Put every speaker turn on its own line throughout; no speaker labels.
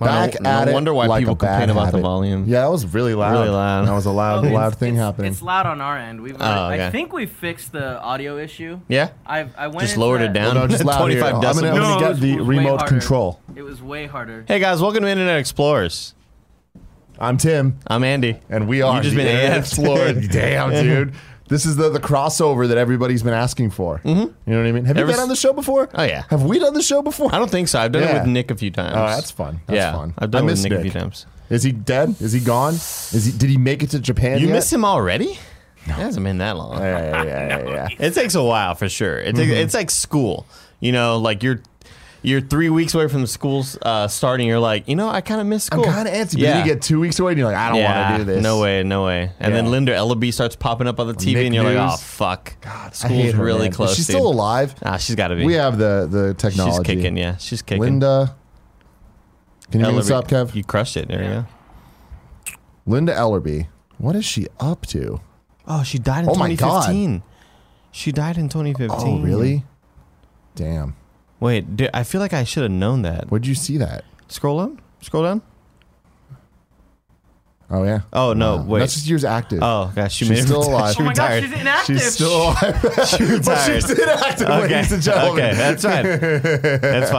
back
no
at it.
wonder why
like
people
a bad
complain about the
habit.
volume.
Yeah, that was really loud.
Really loud.
That was a loud,
Oh, it's-
loud thing
it's-
happening.
It's loud on our end. We've
Oh,
I
okay.
think we fixed the audio issue.
Yeah?
I I went
Just
into
lowered it
that-
down.
No, just loud here.
25
I'm gonna, I'm
decibels.
gonna
No,
get
it's
the
way
remote
harder.
control.
It was way harder.
Hey guys, welcome to Internet Explorers.
I'm Tim,
I'm Andy.
and we are
You've just
the
been
Internet
AF'd.
Explorer. Damn, dude. This is the, the crossover that everybody's been asking for. Mm-hmm. You know what I mean? Have
Ever
you been
s-
on the show before?
Oh, yeah.
Have we done the show before?
I don't think so. I've done
Yeah.
it with Nick a few times.
Oh, that's fun. That's
yeah,
fun.
I've done
I
it with
miss
Nick, a few
Nick.
times.
Is he dead? Is he gone? Is he? Did he make it to Japan?
You
yet?
miss him already? It hasn't been that long.
Yeah, Mm-hmm. yeah, yeah, yeah, yeah.
It takes a while for sure. It takes, It's like school. You know, like you're you're three weeks away from school uh, starting. You're like, you know, I kind of miss
I'm
school.
kind of antsy. But then you get two weeks away, and you're like, I don't want to do this.
No way, no way. And then
Yeah.
Linda Ellaby starts popping up on the TV,
Nick
and you're like,
News.
oh fuck, God,
I hate
school's
her,
really
man. But
close.
She's
dude.
still alive.
Ah, she's got to be.
We have the the
she's
technology.
kicking. Yeah, she's kicking.
Linda. Can you bring this
Ellaby.
up, Kev?
You crushed it. There you go.
Linda Ellerby. What is she up to?
Oh, she died in
Oh my God.
2015. She died in 2015.
Oh, really? Damn.
Wait, dude, I feel like I should have known that.
Where'd you see that?
Scroll down. Scroll down.
Oh yeah.
Oh no,
Wow.
wait.
That's just years active.
Oh gosh, she
She's
made it-
still alive.
she
Oh my god,
retired.
she's inactive.
She's still alive.
She
But
retired.
she's inactive, ladies and gentlemen.
Okay, that's fine. That's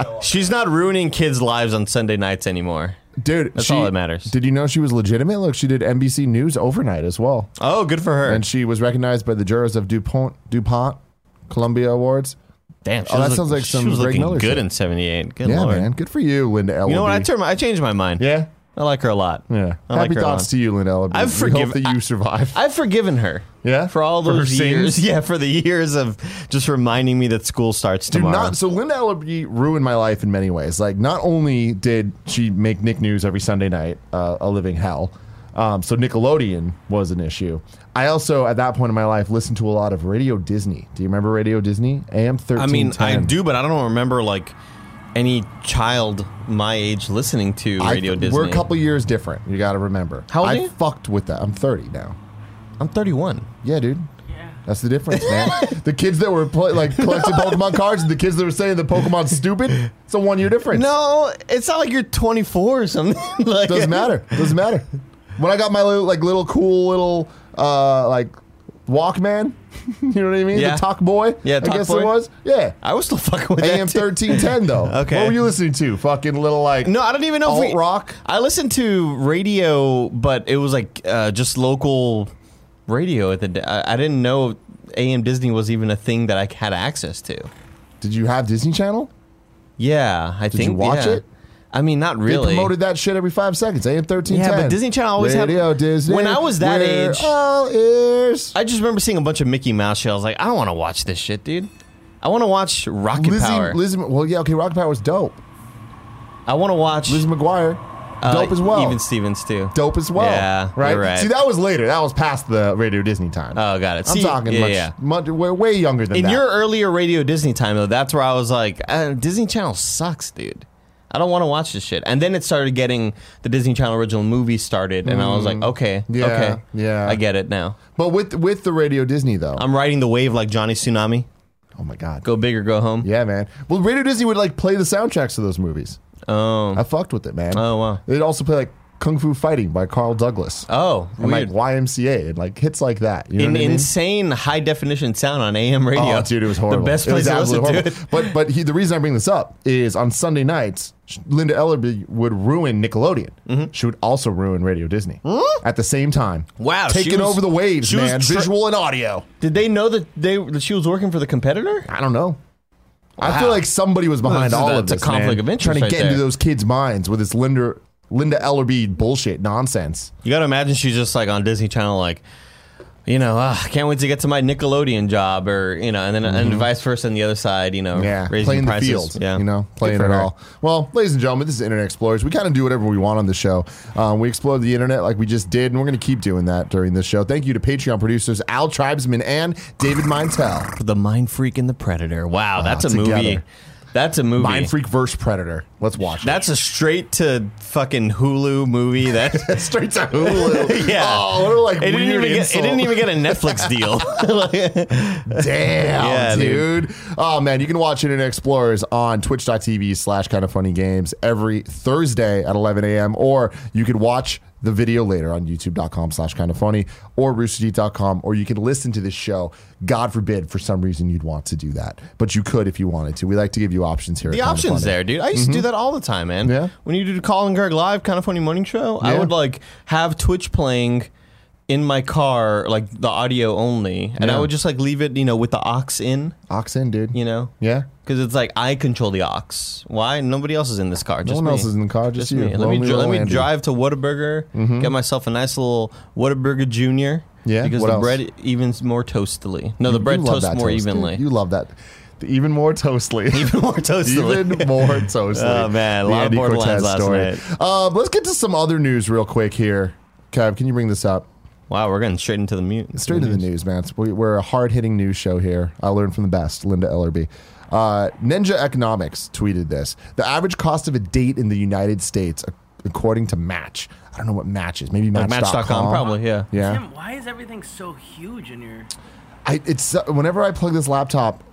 fine. She's not ruining kids' lives on Sunday nights anymore.
Dude,
That's
she-
all that matters.
Did you know she was legitimate? Look, she did NBC News overnight as well.
Oh, good for her.
And she was recognized by the jurors of DuPont DuPont Columbia Awards.
Damn, she
Oh,
was
that sounds like
she
some
was
Greg
looking
Miller
good
shit.
in '78. Good
yeah,
lord.
man. Good for you, Linda Ellaby.
You know what? I turned. my- I changed my mind.
Yeah.
I like her a lot.
Yeah.
I like
Happy
her a
thoughts
lot.
to you, Linda Ellaby.
I've
we hope
forgive-
that you
I-
survive.
I've forgiven her.
Yeah?
For all
For her
those
sins?
years. Yeah, for the years of just reminding me that school starts
Do
tomorrow.
not so Linda Ellaby ruined my life in many ways. Like not only did she make Nick News every Sunday night uh, a living hell, um, so Nickelodeon was an issue. I also at that point in my life listened to a lot of Radio Disney. Do you remember Radio Disney? AM thirteen.
I mean, I do, but I don't remember like any child my age listening to Radio Disney.
We're a couple years different. You got to remember.
How old
I
are you?
fucked with that. I'm 30 now.
I'm 31.
Yeah, dude.
Yeah.
That's the difference, man. the kids that were play, like collecting Pokemon cards and the kids that were saying the Pokemon's stupid. It's a one year difference.
No, it's not like you're 24 or something. like,
Doesn't matter. Doesn't matter. When I got my little, like little cool little uh like Walkman, you know what I mean?
Yeah.
The Talk Boy.
Yeah, Talk
I guess
Boy.
it was. Yeah.
I was still fucking with
AM
that, too.
thirteen ten though.
Okay.
What were you listening to? Fucking little like
No, I don't even know if
alt
we,
rock.
I listened to radio, but it was like uh, just local radio. At the d- I, I didn't know AM Disney was even a thing that I had access to.
Did you have Disney Channel?
Yeah, I
you
think.
watch
yeah.
it?
I mean, not really.
They promoted that shit every five seconds. AM thirteen ten.
Yeah, but Disney Channel always had-
Radio Disney.
When I was that
We're
age-
all ears.
I just remember seeing a bunch of Mickey Mouse shows. I was like, I don't want to watch this shit, dude. I want to watch Rocket
Lizzie,
Power.
Lizzie, well, yeah, okay. Rocket Power was dope.
I want to watch
Lizzie McGuire,
uh,
dope as well.
Even Stevens too.
dope as well.
Yeah,
right?
you're right.
See, that was later. That was past the Radio Disney time.
Oh, got it. See,
I'm talking
yeah,
much,
yeah.
much- way, way younger than
In
that.
your earlier Radio Disney time, though, that's where I was like, uh, Disney Channel sucks, dude. I don't want to watch this shit. And then it started getting the Disney Channel original movie started, and I was like, okay,
Mm. Yeah,
okay,
yeah.
I get it now.
but with with the Radio Disney though,
I'm riding the wave like Johnny Tsunami.
oh my god,
Um, Go big or go home.
yeah, man. Well, Radio Disney would like play the soundtracks to those movies.
Oh,
I fucked with it, man.
oh wow.
They'd also play like Kung Fu Fighting by Carl Douglas
Oh,
and like
weird.
YMCA and like hits like that. You know
In,
what I mean?
insane high definition sound on AM radio.
Oh, dude, it was horrible.
The best
It was
place to listen
absolutely
to it.
horrible. But but he, the reason I bring this up is on Sunday nights, sh- Linda Ellerby would ruin Nickelodeon.
Mm-hmm.
She would also ruin Radio Disney at the same time.
Wow, she
taking
was-
over the waves,
she was
man.
tra-
Visual and audio.
Did they know that they that she was working for the competitor?
I don't know. I feel like somebody was behind
That's-
all of
that's a
this.
conflict
man.
of interest
Trying to
right
get into
there.
those kids' minds with this Linda Linda Ellerby bullshit nonsense.
You gotta imagine she's just like on Disney Channel, like, you know, ah, can't wait to get to my Nickelodeon job, or you know, and then and vice versa on the other side, you know,
Yeah,
raising
playing the
prices,
field.
yeah,
you know,
Good
playing
for
it
her.
all. Well, ladies and gentlemen, this is Internet Explorers. We kind of do whatever we want on the show. Um, we explore the internet like we just did, and we're going to keep doing that during this show. Thank you to Patreon producers Al Tribesman and David Mintel.
The Mind Freak and the Predator. Wow, that's a
together.
movie. That's a movie.
Mind Freak versus Predator. Let's watch it.
That's a straight to fucking Hulu movie. That
straight to Hulu.
yeah.
Oh, what a, like
it didn't
weird
even get, it
insult.
didn't even get a Netflix deal.
Damn,
Yeah,
dude.
dude.
Oh man, you can watch Internet Explorers on twitch.tv slash kind of funny games every Thursday at eleven AM, or you could watch the video later on youtube.com slash kind of funny or roosterteeth.com, or you can listen to this show. God forbid for some reason you'd want to do that. But you could if you wanted to. We like to give you options here. at
the
Kinda
options
Funny. Mm-hmm.
there, dude. I used to do that all the time, man.
Yeah.
When you do Colin Gerg live, kind of funny morning show, I
Yeah.
would like have Twitch playing in my car, like the audio only, and
Yeah.
I would just like leave it, you know, with the aux in,
Ox in, dude.
you know,
Yeah.
because it's like I control the aux. Why? Nobody else is in this car.
No
Just
one
me.
else is in the car, just,
Just
you.
me. Let me,
Lonely
dri- let
little
me
Andy. Mm-hmm.
drive to Whataburger, get myself a nice little Whataburger Junior.
Yeah,
because
what
the
else?
bread evens more toastily. No, the
You
bread
love
toasts
that
more
toast, dude.
evenly.
You love that. The even more toastly.
Even more toastily.
Even more toastly.
Oh, man, a lot of Borderlands last night.
Um, let's get to some other news real quick here. Kev, can you bring this up?
wow, we're getting straight into the mute.
Straight to the news, man. It's- we- We're a hard hitting news show here. I learned from the best, Linda Ellerby. Uh, Ninja Economics tweeted this. The average cost of a date in the United States, ac- according to Match, I don't know what Match is. Maybe Match.com.
Match.com, probably, yeah.
Yeah.
Tim, why is everything so huge in your?
I, it's uh, whenever I plug this laptop,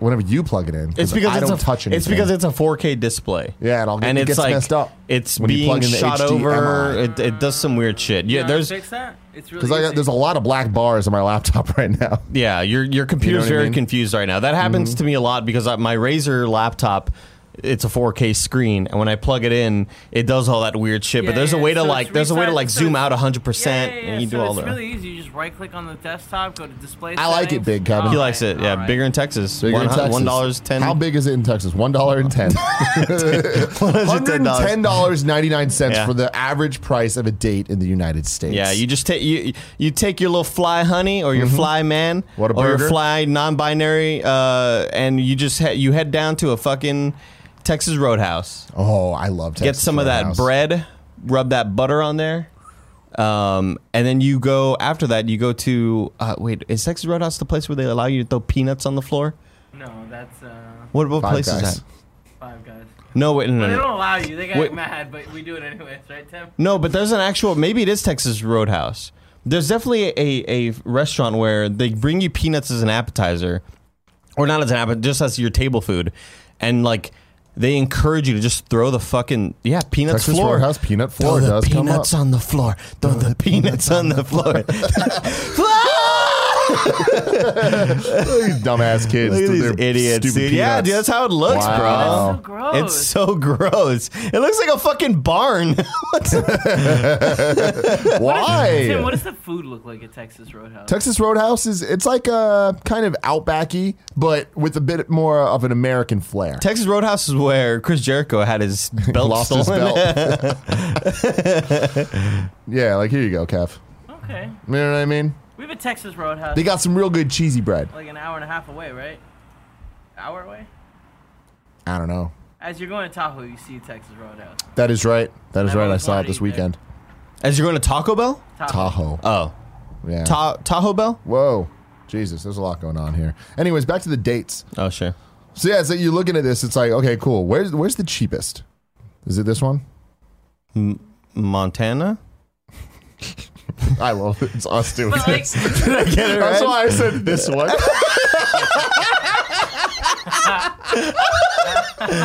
whenever you plug it in,
It's because
I
it's
don't
a,
touch anything.
It's because it's a 4K display.
Yeah, and I'll get- it gets
like,
messed up
It's
when you
being
plug in the
shot
HDMI.
over. It, it does some weird shit. Yeah,
You know how to
there's
fix that. It's really
because I got, there's a lot of black bars on my laptop right now.
yeah. Your your computer's
what I
very
mean? Mm-hmm.
confused right now. That happens to me a lot because I, my Razer laptop. It's a 4K screen, and when I plug it in, it does all that weird shit. but
Yeah,
there's a
yeah,
way to
so it's
like, there's a way to
resize-
like
so
zoom
it's-
out 100
yeah,
percent,
yeah, yeah.
and you
so
do all
it's
that.
really easy. You just right click on the desktop, go to display.
I like it
settings.
big, Kevin.
All
he
Alright,
likes it. Yeah,
all right.
bigger in Texas.
Bigger
one,
in Texas.
One dollars ten.
How big is it in Texas? One dollar and ten. Hundred and ten dollars ninety nine cents
Yeah.
for the average price of a date in the United States.
Yeah, you just take you you take your little fly honey or your fly man
Mm-hmm. What a
or
burger.
your fly non-binary, uh, and you just he- you head down to a fucking Texas Roadhouse.
oh, I love Texas.
Get some of that
Roadhouse.
bread, rub that butter on there, um, and then you go after that. You go to uh, wait, is Texas Roadhouse the place where they allow you to throw peanuts on the floor?
No, that's uh,
What what
Five
place
Guys.
is that?
five guys.
No, wait, no, no,
They
no.
don't allow you. They got
Wait.
mad, but we do it anyways, right, Tim?
No, but there's an actual. Maybe it is Texas Roadhouse. There's definitely a, a restaurant where they bring you peanuts as an appetizer, or not as an appetizer, just as your table food, and like they encourage you to just throw the fucking yeah peanuts
Texas
floor.
Roadhouse peanut
Throw
floor
the
does come up.
peanuts on the floor. Throw the peanuts on the floor.
Look at these dumbass kids.
Look
with
at these
their
idiots,
stupid
dude. Yeah,
peanuts.
dude, that's how it looks,
Wow.
bro.
That's so gross.
It's so gross. It looks like a fucking barn.
Why?
Tim, what does the food look like at Texas Roadhouse?
Texas Roadhouse is it's like a kind of outbacky, but with a bit more of an American flair.
Texas Roadhouse is where Chris Jericho had his belt
Lost
stolen.
his belt. yeah, like here you go, Kev.
okay,
You know what I mean?
we have a Texas Roadhouse
They got some real good cheesy bread.
like an hour and a half away, right? Hour away.
I don't know.
As you're going to Tahoe, you see Texas Roadhouse.
That is right. That is
I
right. I
always
saw
wanted
it
to
this
eat there.
weekend.
As you're going to Taco Bell?
Tahoe.
Oh,
Yeah.
Ta- Tahoe Bell?
Whoa. Jesus, there's a lot going on here. Anyways, back to the dates.
Oh, sure.
So yeah, so you're looking at this, it's like, okay, cool. Where's where's the cheapest? Is it this one?
Montana?
I love it. It's us doing
But like,
this. That's why I said this one.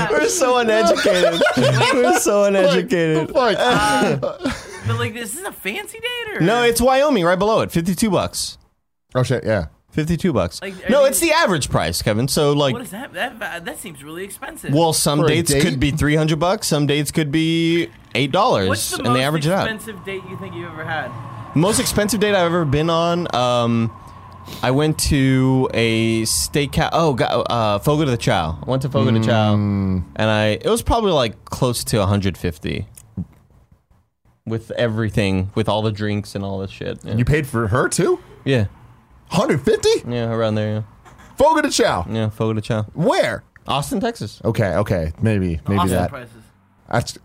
We're so uneducated. We're so
Like,
uneducated.
the fuck? Um,
but like, this is a fancy date, or
No, it's Wyoming, right below it. 52 bucks.
oh shit, yeah.
52 bucks.
Like, are
no,
you-
it's the average price, Kevin. So,
What
like,
is that? That va- that seems really expensive.
well, some
For a
dates
date?
could be 300 bucks, some dates could be $8,
What's the
and
most
they average it out.
expensive date you think you've ever had?
Most expensive date I've ever been on. Um, I went to a steakhouse. Oh, got, uh, Fogo de Chao. I went to Fogo de Chao,
Mm.
and I it was probably like close to 150 with everything, with all the drinks and all this shit. Yeah,
You paid for her too?
yeah,
150?
yeah, around there.
Fogo de Chow.
Yeah, yeah Fogo de Chao,
Where?
Austin, Texas.
Okay, okay. Maybe, maybe
Austin
that.
prices.
That's,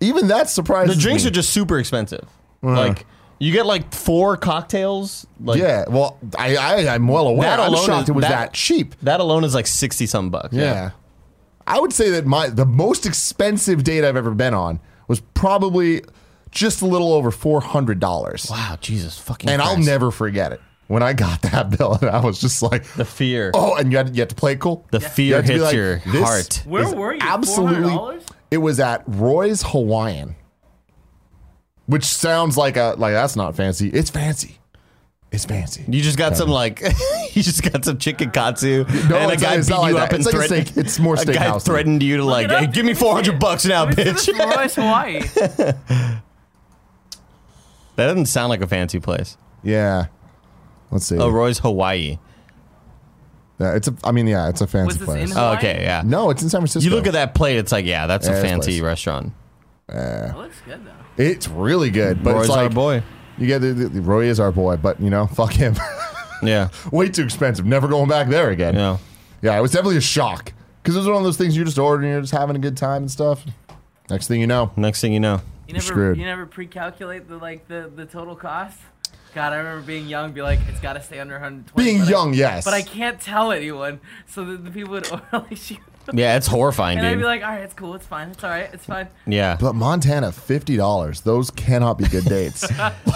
even that's surprising.
The drinks are just super expensive. Like you get like four cocktails. Like
Uh-huh. yeah, well, I, I, I'm well aware.
That
I'm
alone
shocked
is-
it was that,
that-
cheap.
that alone is like sixty some bucks.
Yeah. I would say that my the most expensive date I've ever been on was probably just a little over four hundred dollars,
Wow, Jesus fucking.
and I'll
Christ.
never forget it. When I got that bill, and I was just like,
The fear.
"Oh!" And you had, you had to play it cool.
The
You
fear
had to be
hits your
"This
heart."
Where
is
were you? $400?
It was at Roy's Hawaiian, which sounds like a like that's not fancy. It's fancy. It's fancy.
You just got some like you just got some chicken katsu and a
it's
guy
not- it's
beat
not
you
like
up
that. It's
and
like a
threatened.
steak- it's more
a guy
steakhouse.
threatened you to like,
it up,
hey, give me
dude.
four hundred bucks now,
Let me see this
bitch.
from Royce, Hawaii.
That doesn't sound like a fancy place.
Yeah. Let's see.
Oh, Roy's Hawaii.
yeah, it's a. I mean, yeah, it's a
Was
fancy
this in
place.
Oh,
Hawaii?
okay, yeah.
no, it's in San Francisco.
You look at that plate, it's like, yeah, that's
Yeah,
a
this
fancy
place.
restaurant.
That looks good though.
It's really good, but
Roy's
it's like
our boy.
you get the, the, the- Roy is our boy, but you know, fuck him.
Yeah.
Way too expensive. Never going back there again.
Yeah.
Yeah, it was definitely a shock because it was one of those things you just ordered and you're just having a good time and stuff. Next thing you know,
Next thing you know.
You never
screwed.
you never pre-calculate the like the, the total cost. God, I remember being young, and be like, it's got to stay under 120.
being
but I-
young, yes,
but I can't tell anyone, so that the people would orally shoot. them.
Yeah, it's horrifying,
And I'd be
dude.
like, all right, it's cool, it's fine, it's all right, it's fine.
Yeah.
But Montana, fifty dollars. Those cannot be good dates.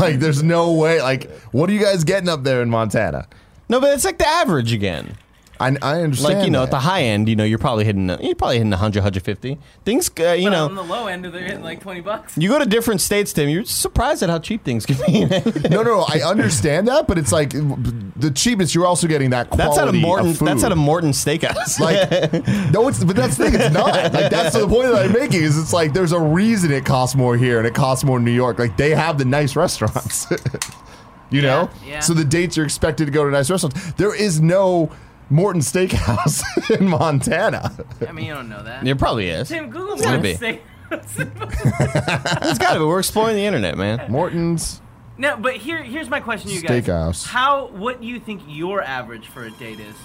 like, there's no way. Like, what are you guys getting up there in Montana?
No, but it's like the average again.
I, I understand.
Like you know, at the
that.
high end, you know, you're probably hitting you're probably hitting 100, 150. Things, uh, you
But
know,
on the low end, they're hitting like 20 bucks.
you go to different states, Tim. You're surprised at how cheap things can be. man.
no, no, I understand that, but it's like the cheapest. You're also getting that quality
That's at a Morton.
of food.
That's at a Morton Steakhouse.
like no, it's but that's the thing. It's not like that's the point that I'm making. Is it's like there's a reason it costs more here and it costs more in New York. Like they have the nice restaurants, you know.
yeah.
So the dates you're expected to go to nice restaurants. There is no Morton Steakhouse in Montana.
I mean, you don't know that.
it probably is.
Tim, Google
gotta
Morton
be.
Steakhouse.
It's got to be. We're exploring the internet, man.
Morton's
no, but here, here's my question to you guys.
Steakhouse.
How, what do you think your average for a date is?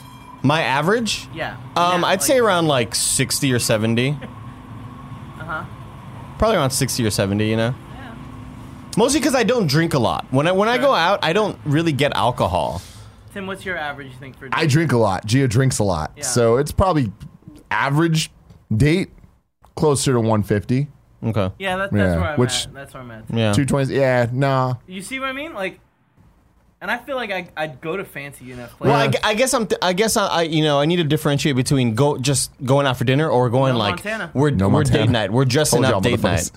My average?
Yeah.
Um,
Yeah,
I'd
like-
say around like sixty or seventy.
Uh-huh.
Probably around sixty or seventy. You know.
Yeah.
Mostly because I don't drink a lot. When I when I
Sure.
go out, I don't really get alcohol.
Tim, what's your average, you think, for a date?
I drink a lot. Gia drinks a lot,
Yeah.
so it's probably average date closer to 150,
Okay.
Yeah, that, that's
Yeah,
where I'm
which-
at. That's where I'm at.
Yeah.
220. Yeah, nah.
You see what I mean? Like, and I feel like I, I'd go to fancy enough places.
Well, I, gu- I guess I'm. Th- I guess I, I. You know, I need to differentiate between go just going out for dinner or going
No
like
Montana.
we're
No
we're
Montana.
date night. We're dressing
Told
up
y'all,
date night.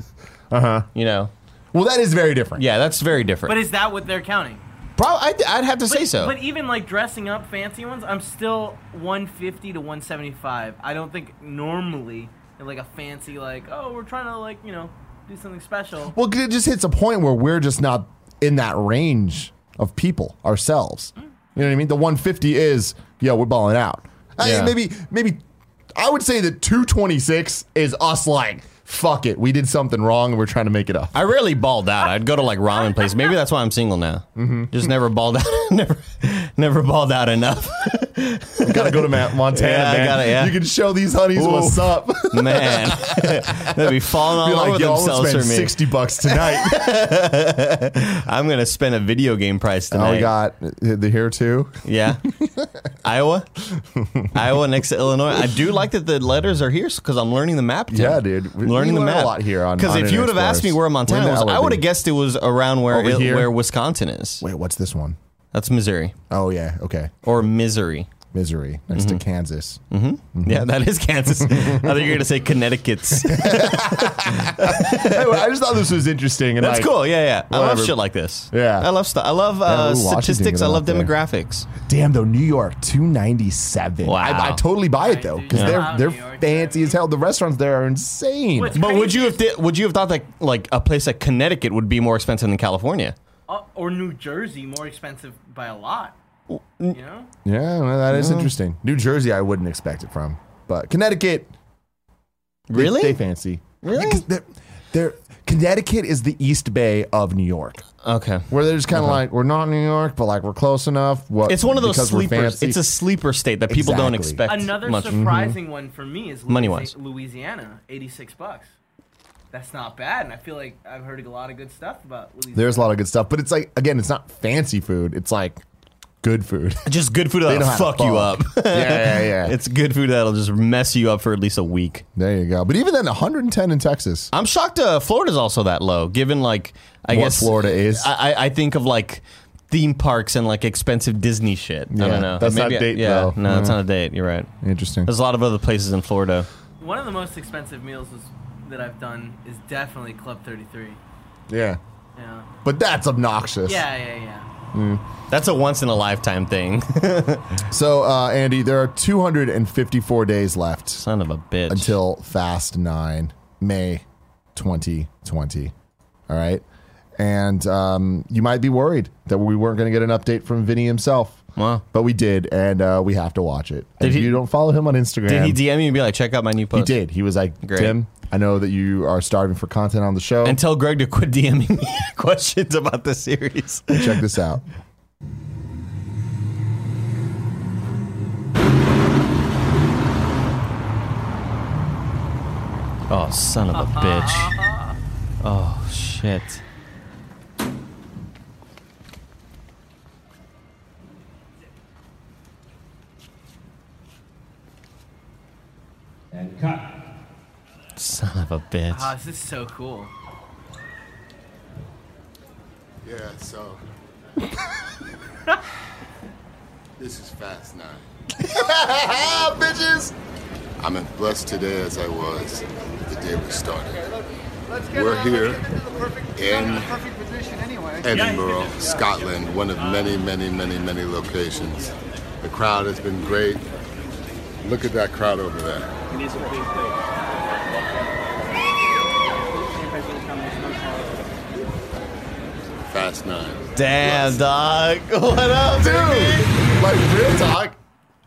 motherfuckers.
You know.
Well, that is very different.
Yeah, that's very different.
but is that what they're counting?
Probably, I'd, I'd have to
But,
say so.
But even like dressing up fancy ones, I'm still 150 to 175. I don't think normally in like a fancy like oh we're trying to like you know do something special.
Well, 'cause it just hits a point where we're just not in that range of people ourselves. You know what I mean? The 150 is, yo, we're balling out. I-
Yeah.
maybe, maybe, I would say that 226 is us like, fuck it, we did something wrong and we're trying to make it up.
I rarely balled out. I'd go to like ramen places. Maybe that's why I'm single now.
Mm-hmm.
Just never balled out. never, never balled out enough.
gotta go to Ma- Montana,
Yeah, I
man.
gotta- yeah.
You can show these honeys
Ooh.
what's up.
Man, they'd be falling all
Be
over
like, yo, I'm gonna
themselves for
spend
me.
60 bucks tonight.
I'm gonna spend a video game price
now
tonight.
we got the here too.
Yeah, Iowa, Iowa next to Illinois. I do like that the letters are here because I'm learning the map. Tim.
Yeah, dude. We-
learning
we
the
learn a
map
lot here on-
Because
on
if you would have
Internet
asked me
Explorers.
where
We're
Montana
in the
was, I
LOB.
would have guessed it was around where
Over
it,
here.
where Wisconsin is.
Wait, what's this one?
That's Missouri
Oh, yeah. Okay.
or Missouri.
Missouri next to Kansas.
Yeah, that is Kansas. I thought you were gonna say Connecticut's.
Anyway, I just thought this was interesting. And
That's
like,
cool. Yeah, yeah. I
whatever.
love shit like this.
Yeah.
I love stuff. I love
ooh,
uh,
Washington
statistics. I
getting
love
up there.
demographics.
Damn though, New York two ninety seven.
Wow.
I, I totally buy it though because
Yeah.
they're
Wow,
they're
New York,
fancy
yeah.
as hell. The restaurants there are insane.
What's-
But would
Crazy.
you have thi- would you have thought that like a place like Connecticut would be more expensive than California?
Uh, or New Jersey more expensive by a lot. You know?
yeah, well, that is interesting. New Jersey, I wouldn't expect it from, but Connecticut, they-
Really?
they, fancy.
Really?
Yeah, 'cause they're, they're- Connecticut is the East Bay of New York,
okay.
where they're just kind of like we're not New York, but like we're close enough. What?
Uh-huh. It's one of those
because we're
sleepers.
fancy.
It's a sleeper state that people don't
Exactly.
expect
Another
much. mm-hmm.
surprising one for me is Louisi-
Money-wise.
Louisiana, 86 bucks. That's not bad, and I feel like I've heard a lot of good stuff about Louisiana.
There's a lot of good stuff, but it's like again, it's not fancy food. It's like good food.
Just good food
know
that'll
how to
fuck you up.
fuck. Yeah, yeah, yeah.
it's good food that'll just mess you up for at least a week.
There you go. But even then, 110 in Texas.
I'm shocked. Uh, Florida's also that low, given like I
What
guess
Florida is.
I, I- I think of like theme parks and like expensive Disney shit. I
Yeah,
don't know.
that's not
Maybe I-
date,
yeah,
though. Mm-hmm.
No, it's not a date. You're right.
Interesting.
There's a lot of other places in Florida.
One of the most expensive meals is, that I've done is definitely Club 33.
Yeah.
Yeah.
But that's obnoxious.
Yeah, yeah, yeah.
That's a once in a lifetime thing.
So, uh, Andy, there are 254 days left
Son of a bitch.
until Fast 9, May 2020. All right. And um, you might be worried that we weren't going to get an update from Vinny himself.
Wow.
But we did, and uh, we have to watch it.
Did
if
he-
you don't follow him on Instagram,
did he DM you and be like, check out my new
he
post?
did. He was like,
Great.
Tim, I know that you are starving for content on the show.
And tell Greg to quit DMing me questions about the series.
Check this out.
Oh, son of a bitch. Oh, shit.
And cut.
Son of a bitch.
Ah, this is so cool.
Yeah, so. this is Fast Nine.
bitches!
I'm as blessed today as I was the day we started. We're here in Edinburgh, Scotland, one of many, many, many, many locations. The crowd has been great. Look at that crowd over there. Fast Nine.
Damn, dog. What up,
Dude, like, real talk,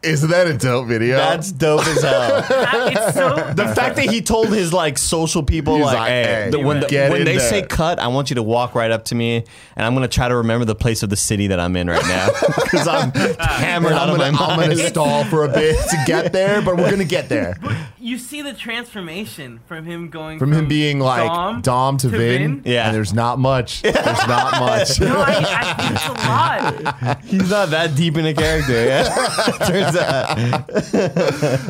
isn't that a dope video?
That's dope as hell.
Ah, it's so.
the fact that he told his like social people
He's
like,
like,
hey,
"Hey,
the- when, the-
get
when
in
they say
there."
cut, I want you to walk right up to me, and I'm gonna try to remember the place of the city that I'm in right now because I'm hammered
And
out
I'm
of my
gonna, I'm gonna
mind.
stall for a bit to get there, but we're gonna get there.
You see the transformation from him going
From him being like Dom, to, Vin,
Yeah.
and there's not much. There's not much.
No, I, I think it's a lot.
He's not that deep in a character. Yeah, turns out.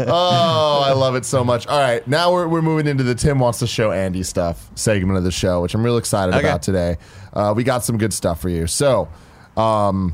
oh, I love it so much. All right, now we're, we're moving into the Tim wants to show Andy stuff segment of the show, which I'm real excited
Okay.
about today. Uh, we got some good stuff for you. So,
I'm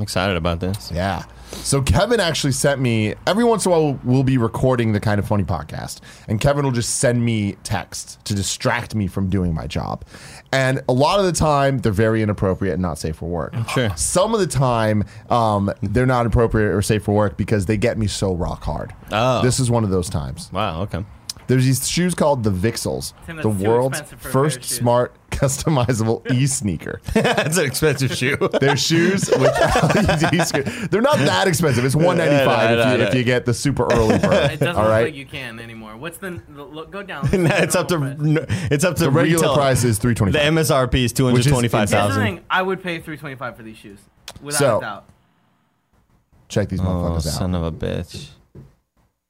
excited about this.
Yeah. So Kevin actually sent me every once in a while we'll be recording the kind of funny podcast, and Kevin will just send me texts to distract me from doing my job. And a lot of the time, they're very inappropriate and not safe for work.
Mm, Sure.
Some of the time, um, they're not appropriate or safe for work because they get me so rock hard.
Oh.
This is one of those times.
Wow. Okay.
There's these shoes called the Vixels,
Tim, that's
the
too
world's
expensive for a pair of
first
shoes.
smart customizable e sneaker.
That's an expensive shoe.
Their shoes with LED screen. They're not that expensive. It's one ninety
I
five
know,
if,
I
you-
know.
if you get the super early
It
bird.
doesn't
All
look
right.
like you can anymore. What's the, the look? Go down.
it's up to
Normal price.
no, it's up to the
Regular price is three twenty
The
five.
MSRP is two
Which
hundred
is-
twenty-five
Here's the
thousand.
thing. I would pay three twenty-five for these shoes, without
So-
a doubt.
Check these
Oh,
motherfuckers out.
son of a bitch!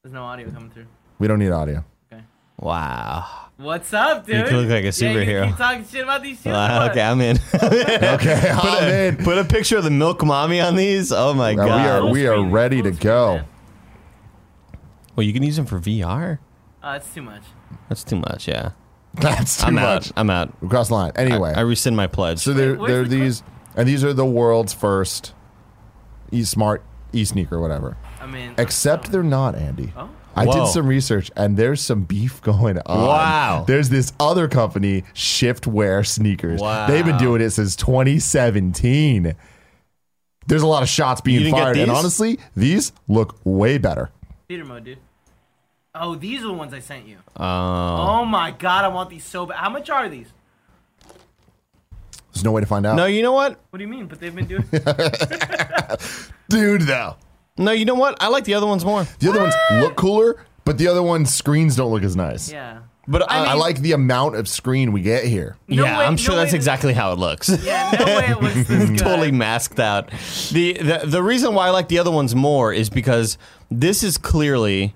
There's no audio coming through.
We don't need audio.
Okay.
Wow.
What's up, dude?
You look like a
Yeah, you
superhero.
keep talking shit about these shoes.
Wow,
or
okay, I'm in.
Okay,
put,
I'm
a,
in.
put a picture of the milk mommy on these. Oh my
Now, we
god.
are
what?
we
Full
are
screen,
ready to
full screen,
go.
man.
well, you can use them for VR.
Uh, it's too much.
That's too much. Yeah,
That's too
I'm
much.
out. I'm out.
We crossed the line. Anyway,
I rescind my pledge.
so they're
Where's
they're
the clip?
these, and these are the world's first e smart e sneaker, whatever.
I mean, um,
Except they're not, Andy.
Oh.
I
Whoa.
did some research and there's some beef going on.
Wow.
There's this other company, Shiftwear Sneakers.
Wow.
They've been doing it since 2017. There's a lot of shots
You
being
didn't get
fired. And
these?
honestly, these look way better.
theater mode, dude. Oh, these are the ones I sent you.
Oh.
Oh my god, I want these so bad. How much are these?
There's no way to find out.
No, you know what?
What do you mean? But they've been doing.
Dude, though.
No, you know what? I like the other ones more.
The other ones look cooler, but the other one's screens don't look as nice.
yeah.
But I,
I like the amount of screen we get here.
No
yeah,
way-
I'm sure
no
that's
way-
exactly how it looks.
Yeah, no way it looks this good.
totally masked out. The, the the reason why I like the other ones more is because this is clearly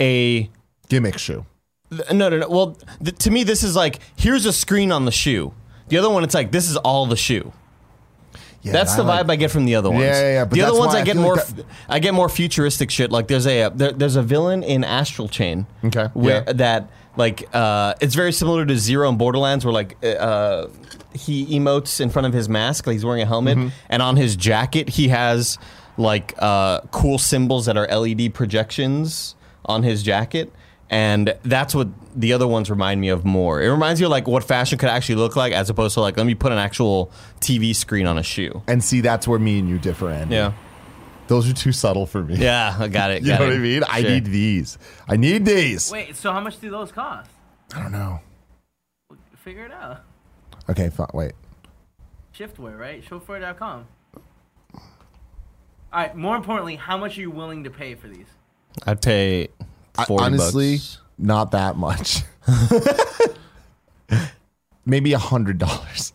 a
Gimmick shoe.
th- no no no. Well, th- to me this is like here's a screen on the shoe. The other one it's like this is all the shoe.
Yeah,
That's
I
the
like-
vibe I get from the other ones.
Yeah, yeah, yeah, but
the other
that's
ones
why
I
I
get
feel
more,
like
f
that-
I get more futuristic shit. Like there's a there, there's a villain in Astral Chain.
Okay,
where
yeah.
that like uh, it's very similar to Zero in Borderlands, where like uh, uh, he emotes in front of his mask, like he's wearing a helmet,
Mm-hmm.
and on his jacket he has like uh, cool symbols that are LED projections on his jacket. And that's what the other ones remind me of more. It reminds you of like what fashion could actually look like, as opposed to like let me put an actual TV screen on a shoe.
And see, that's where me and you differ. Andy.
Yeah.
those are too subtle for me.
Yeah, I got it.
you know
got
what
it.
I mean. I
Sure.
need these. I need these.
Wait, so how much do those cost?
I don't know.
Figure it out.
Okay, fine. Wait.
Shiftware, right? Shiftware.com. All right. More importantly, how much are you willing to pay for these?
I'd pay
I-
forty
honestly,
bucks.
not that much. Maybe a hundred dollars,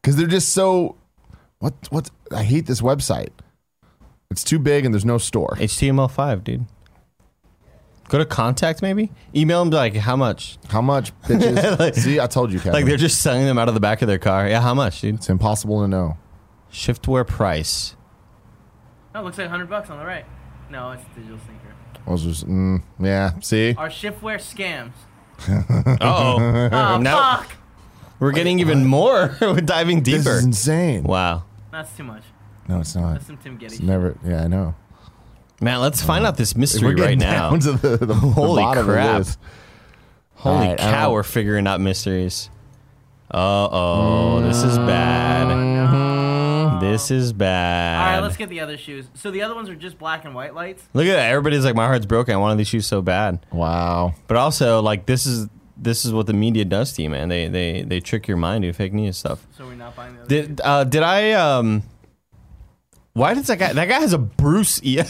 because they're just so. What? What? I hate this website. It's too big and there's no store.
HTML5, dude. Go to contact, maybe. Email them like how much.
How much, bitches? See, I told you, Kevin.
Like they're just selling them out of the back of their car. Yeah, how much, dude?
it's impossible to know.
Shiftware price.
Oh, it looks like 100 bucks on the right. No, it's digital sneaker.
I was just, mm, yeah. See,
Are Shiftware scams?
Oh,
Oh,
now
fuck!
we're getting even more. we're diving
this
deeper.
is insane.
Wow,
That's too much.
No, it's not.
That's some Tim Getty.
It's never. Yeah, I know.
man. Let's find out this mystery
We're
right
getting
now.
down to the, the, the
Holy
bottom
crap.
of this. All
Holy
right, I
cow,
don't-
we're figuring out mysteries. Uh oh, this is bad. This is
Mm. All
bad.
right, let's get the other shoes. So the other ones are just black and white lights.
Look at that. Everybody's like, my heart's broken. I wanted these shoes so bad.
Wow.
But also, like, this is this is what the media does to you, man. They they they trick your mind to fake news stuff.
So we're not buying the other. shoes.
Did uh, did I um? Why does that guy? That guy has a Bruce. E-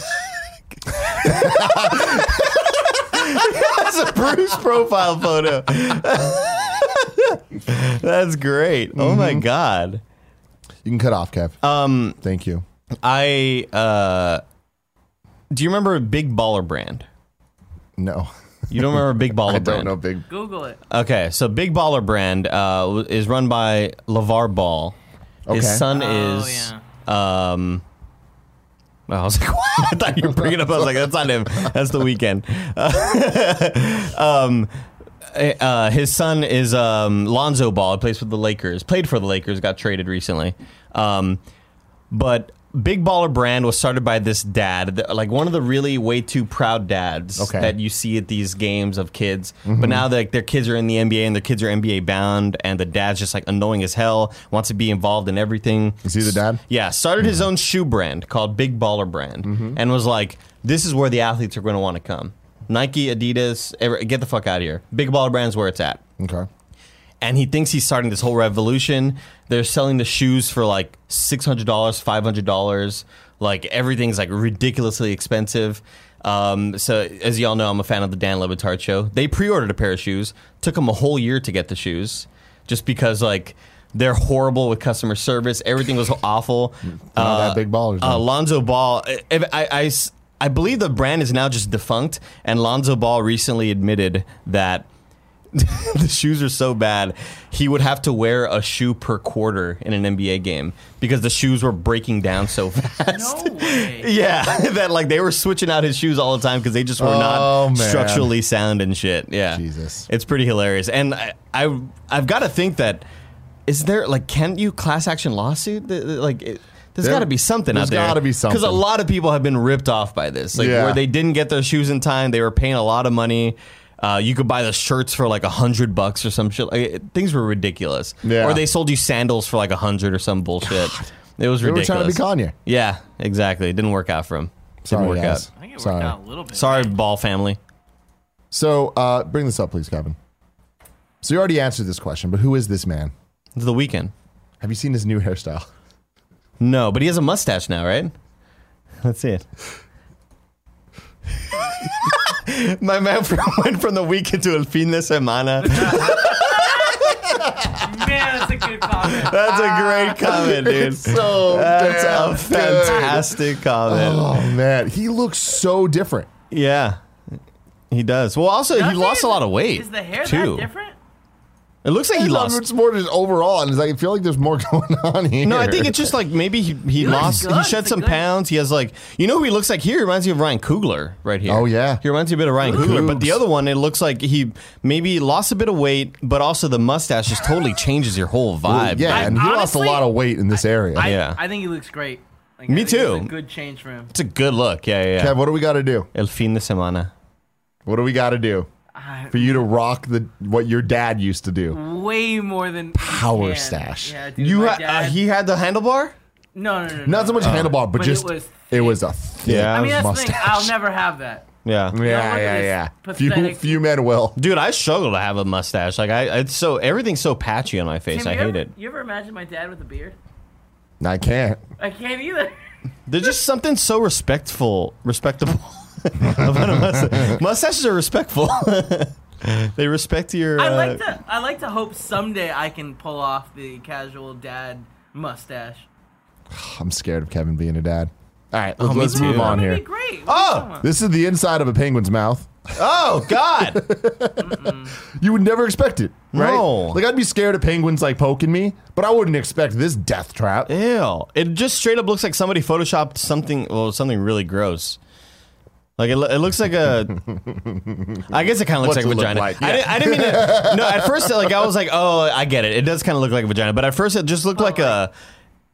That's a Bruce profile photo. That's great. Oh my
Mm-hmm.
god.
You can cut off, Kev.
Um,
Thank you.
I uh, do you remember Big Baller Brand?
No,
You don't remember Big Baller
I
Brand?
don't know. Big.
Google it.
Okay, so Big Baller Brand uh, w- is run by LeVar Ball. His
Okay.
son
Oh,
is. Um, I was like, what? I thought you were bringing up. I was like, that's not him. That's the weekend. um, uh, his son is um, Lonzo Ball. Plays for the Lakers. Played for the Lakers. Got traded recently. Um, but Big Baller Brand was started by this dad, th- like one of the really way too proud dads
Okay.
that you see at these games of kids. But now like their kids are in the NBA and their kids are NBA bound, and the dad's just like annoying as hell, wants to be involved in everything.
Is he the dad? Mm-hmm.
Yeah, started his own shoe brand called Big Baller Brand, and was like, "This is where the athletes are going to want to come." Nike, Adidas, every, get the fuck out of here. Big Baller Brand's where it's at
Okay.
and he thinks he's starting this whole revolution. They're selling the shoes for like six hundred dollars, five hundred dollars. Like everything's like ridiculously expensive. Um, so as y'all know, I'm a fan of the Dan Le Batard show. They pre-ordered a pair of shoes. Took them a whole year to get the shoes, just because like they're horrible with customer service. Everything was awful.
Not that big ballers,
Uh,
though.
Lonzo Ball. I, I- I s- I believe the brand is now just defunct, and Lonzo Ball recently admitted that the shoes are so bad he would have to wear a shoe per quarter in an NBA game because the shoes were breaking down so fast.
No way.
Yeah, that like they were switching out his shoes all the time because they just were
Oh,
not
man.
structurally sound and shit. Yeah,
Jesus.
it's pretty hilarious. And I, I I've got to think that is there like can you class action lawsuit Th- th- like. It, there's
There-
got to be something out
there's
there.
gotta be
Because a
something.
lot of people have been ripped off by this. Like
Yeah.
where they didn't get their shoes in time, they were paying a lot of money. Uh, you could buy the shirts for like a hundred bucks or some shit. Like, it- things were ridiculous.
Yeah.
Or they sold you sandals for like a hundred or some bullshit. It was
They were
ridiculous.
trying to be Kanye.
Yeah, exactly. It didn't work out for him. Didn't
Sorry,
work
guys.
out.
I think it worked
Sorry.
out a little bit.
Sorry, ball family.
So, uh, bring this up, please, Kevin. So you already answered this question, but who is this man?
It's the weekend.
Have you seen his new hairstyle?
No, but he has a mustache now, right? Let's see it. My man from, went from the weekend to El Fin de Semana.
Man, that's a good comment.
That's a great comment, dude.
So
That's
damn
a
good.
fantastic comment.
Oh man, he looks so different.
Yeah, he does. Well, also
Does
he lost
it?
a lot of weight.
Is the hair
too.
that different?
It looks like he
It's not
lost.
much more just overall, and it's like, I feel like there's more going on here.
No, I think it's just like maybe he, he
looks
lost.
good.
He shed
He's a
some
good-
pounds. He has like you know who he looks like here. He reminds me of Ryan Coogler right here.
Oh, yeah.
he reminds me a bit of Ryan Coogler. But the
Cougs.
other one, it looks like he maybe lost a bit of weight, but also the mustache just totally changes your whole vibe.
yeah,
I-
and he lost a
honestly,
lot of weight in this area.
I,
Yeah.
I think he looks great. Like,
Me
I think it's a
too.
good change for him.
it's a good look. Yeah, yeah. yeah.
Kev, what do we got to do?
El fin de semana.
What do we got to do
I-
for you to rock the what your dad used to do?
way more than
Power
you can.
stash.
Yeah, dude,
You
my
ha- uh,
dad-
he had the handlebar.
no, no, no, no,
Not so much handlebar, but,
but it
just
was
it was a thick Uh-huh. yeah,
Yeah. I
I mean, that's the
mustache.
thing. I'll never have that.
Yeah.
Don't
yeah,
look at
yeah, yeah.
this
Few,
pathetic-
few men will.
Dude, I struggle to have a mustache. Like I, it's so everything's so patchy on my face.
Tim,
I
you
hate
ever,
it.
You ever imagine my dad with a beard?
I can't.
I can't either.
There's just something so respectful, respectable about a mustache. Mustaches are respectful. they respect your.
I like
uh,
to. I like to hope someday I can pull off the casual dad mustache.
I'm scared of Kevin being a dad. All right,
me
let's move
too.
on
That'd
here.
be great.
Oh!
This is the inside of a penguin's mouth.
Oh God!
You would never expect it, right?
No.
Like I'd be scared of penguins like poking me, but I wouldn't expect this death trap.
Ew! It just straight up looks like somebody photoshopped something. Well, something really gross. Like it, lo- it looks like a. I guess it kind of
What's
looks like
it
a
look
vagina.
like?
I, didn't, I didn't mean to. No, at first, like I was like, oh, I get it. It does kind of look like a vagina, but at first, it just looked like a.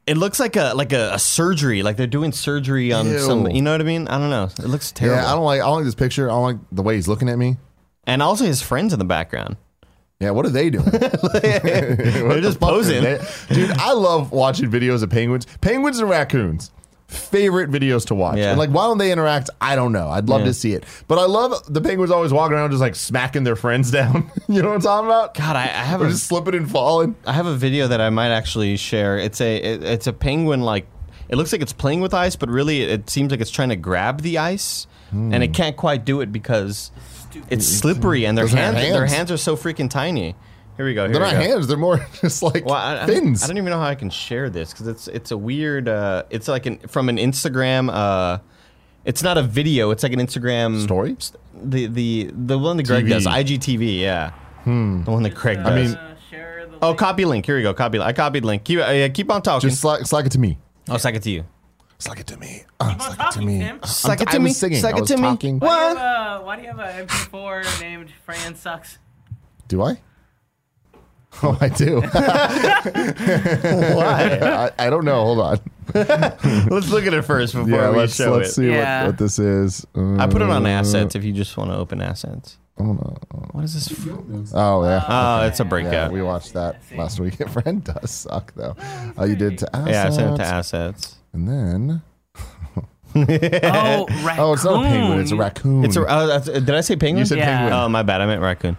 It looks like a like a, a surgery, like they're doing surgery on
Ew.
some. You know what I mean? I don't know. It looks terrible.
Yeah, I don't like. I don't like this picture. I don't like the way he's looking at me.
and also his friends in the background.
Yeah, what are they doing?
They're just posing.
They- Dude, I love watching videos of penguins. Penguins and raccoons. Favorite videos to watch.
Yeah.
And like why don't they interact? I don't know. I'd love
Yeah.
to see it. But I love the penguins always walking around just like smacking their friends down. you know what I'm talking about?
God, I, I have
They're
a,
just slipping and falling.
I have a video that I might actually share. It's a it, it's a penguin like it looks like it's playing with ice, but really it seems like it's trying to grab the ice, and
Hmm.
it can't quite do it because it's slippery and their
Doesn't have
hands, their
hands.
hands are so freaking tiny. Here we go. Here
They're
we
not
go.
hands, they're more just like
Well, I, I, don't,
fins.
I don't even know how I can share this because it's it's a weird. Uh, it's like an from an Instagram. Uh, it's not a video. It's like an Instagram
Story?
st- The the the one that Greg
TV.
does. IGTV. Yeah. Hmm. The one that Craig.
Uh,
Does.
share the
Oh,
link.
copy link. Here we go. Copy. link. I copied link. Keep, uh, yeah, keep on talking.
Just slack, slack it to me.
I'll suck it to you.
Slack it to me. Uh,
Keep on
slack it to
talking,
me.
Tim.
I'm-
Suck it
I
to
was
me.
Singing.
Suck
I
it
was
to me.
talking.
What?
Why do you have a- Why do you have an MP4 named Fran sucks?
Do I? Oh, I do. Why? I, I don't know. Hold on.
let's look at it first before
Yeah,
we
let's
show
let's
it.
see
Yeah.
what, what this is.
I put it on
Uh,
assets if you just want to open assets. What is this? f-
Oh yeah.
Oh, it's a
uh, yeah,
breakout.
we watched that
see.
last week. Friend does suck though. Oh, you did to assets.
yeah, I sent it to assets.
And then
Oh, raccoon.
oh, it's not a penguin. It's a raccoon.
It's a. Oh, that's- did I say penguin?
Hmm. You said
Yeah.
penguin.
Oh, my bad. I meant raccoon.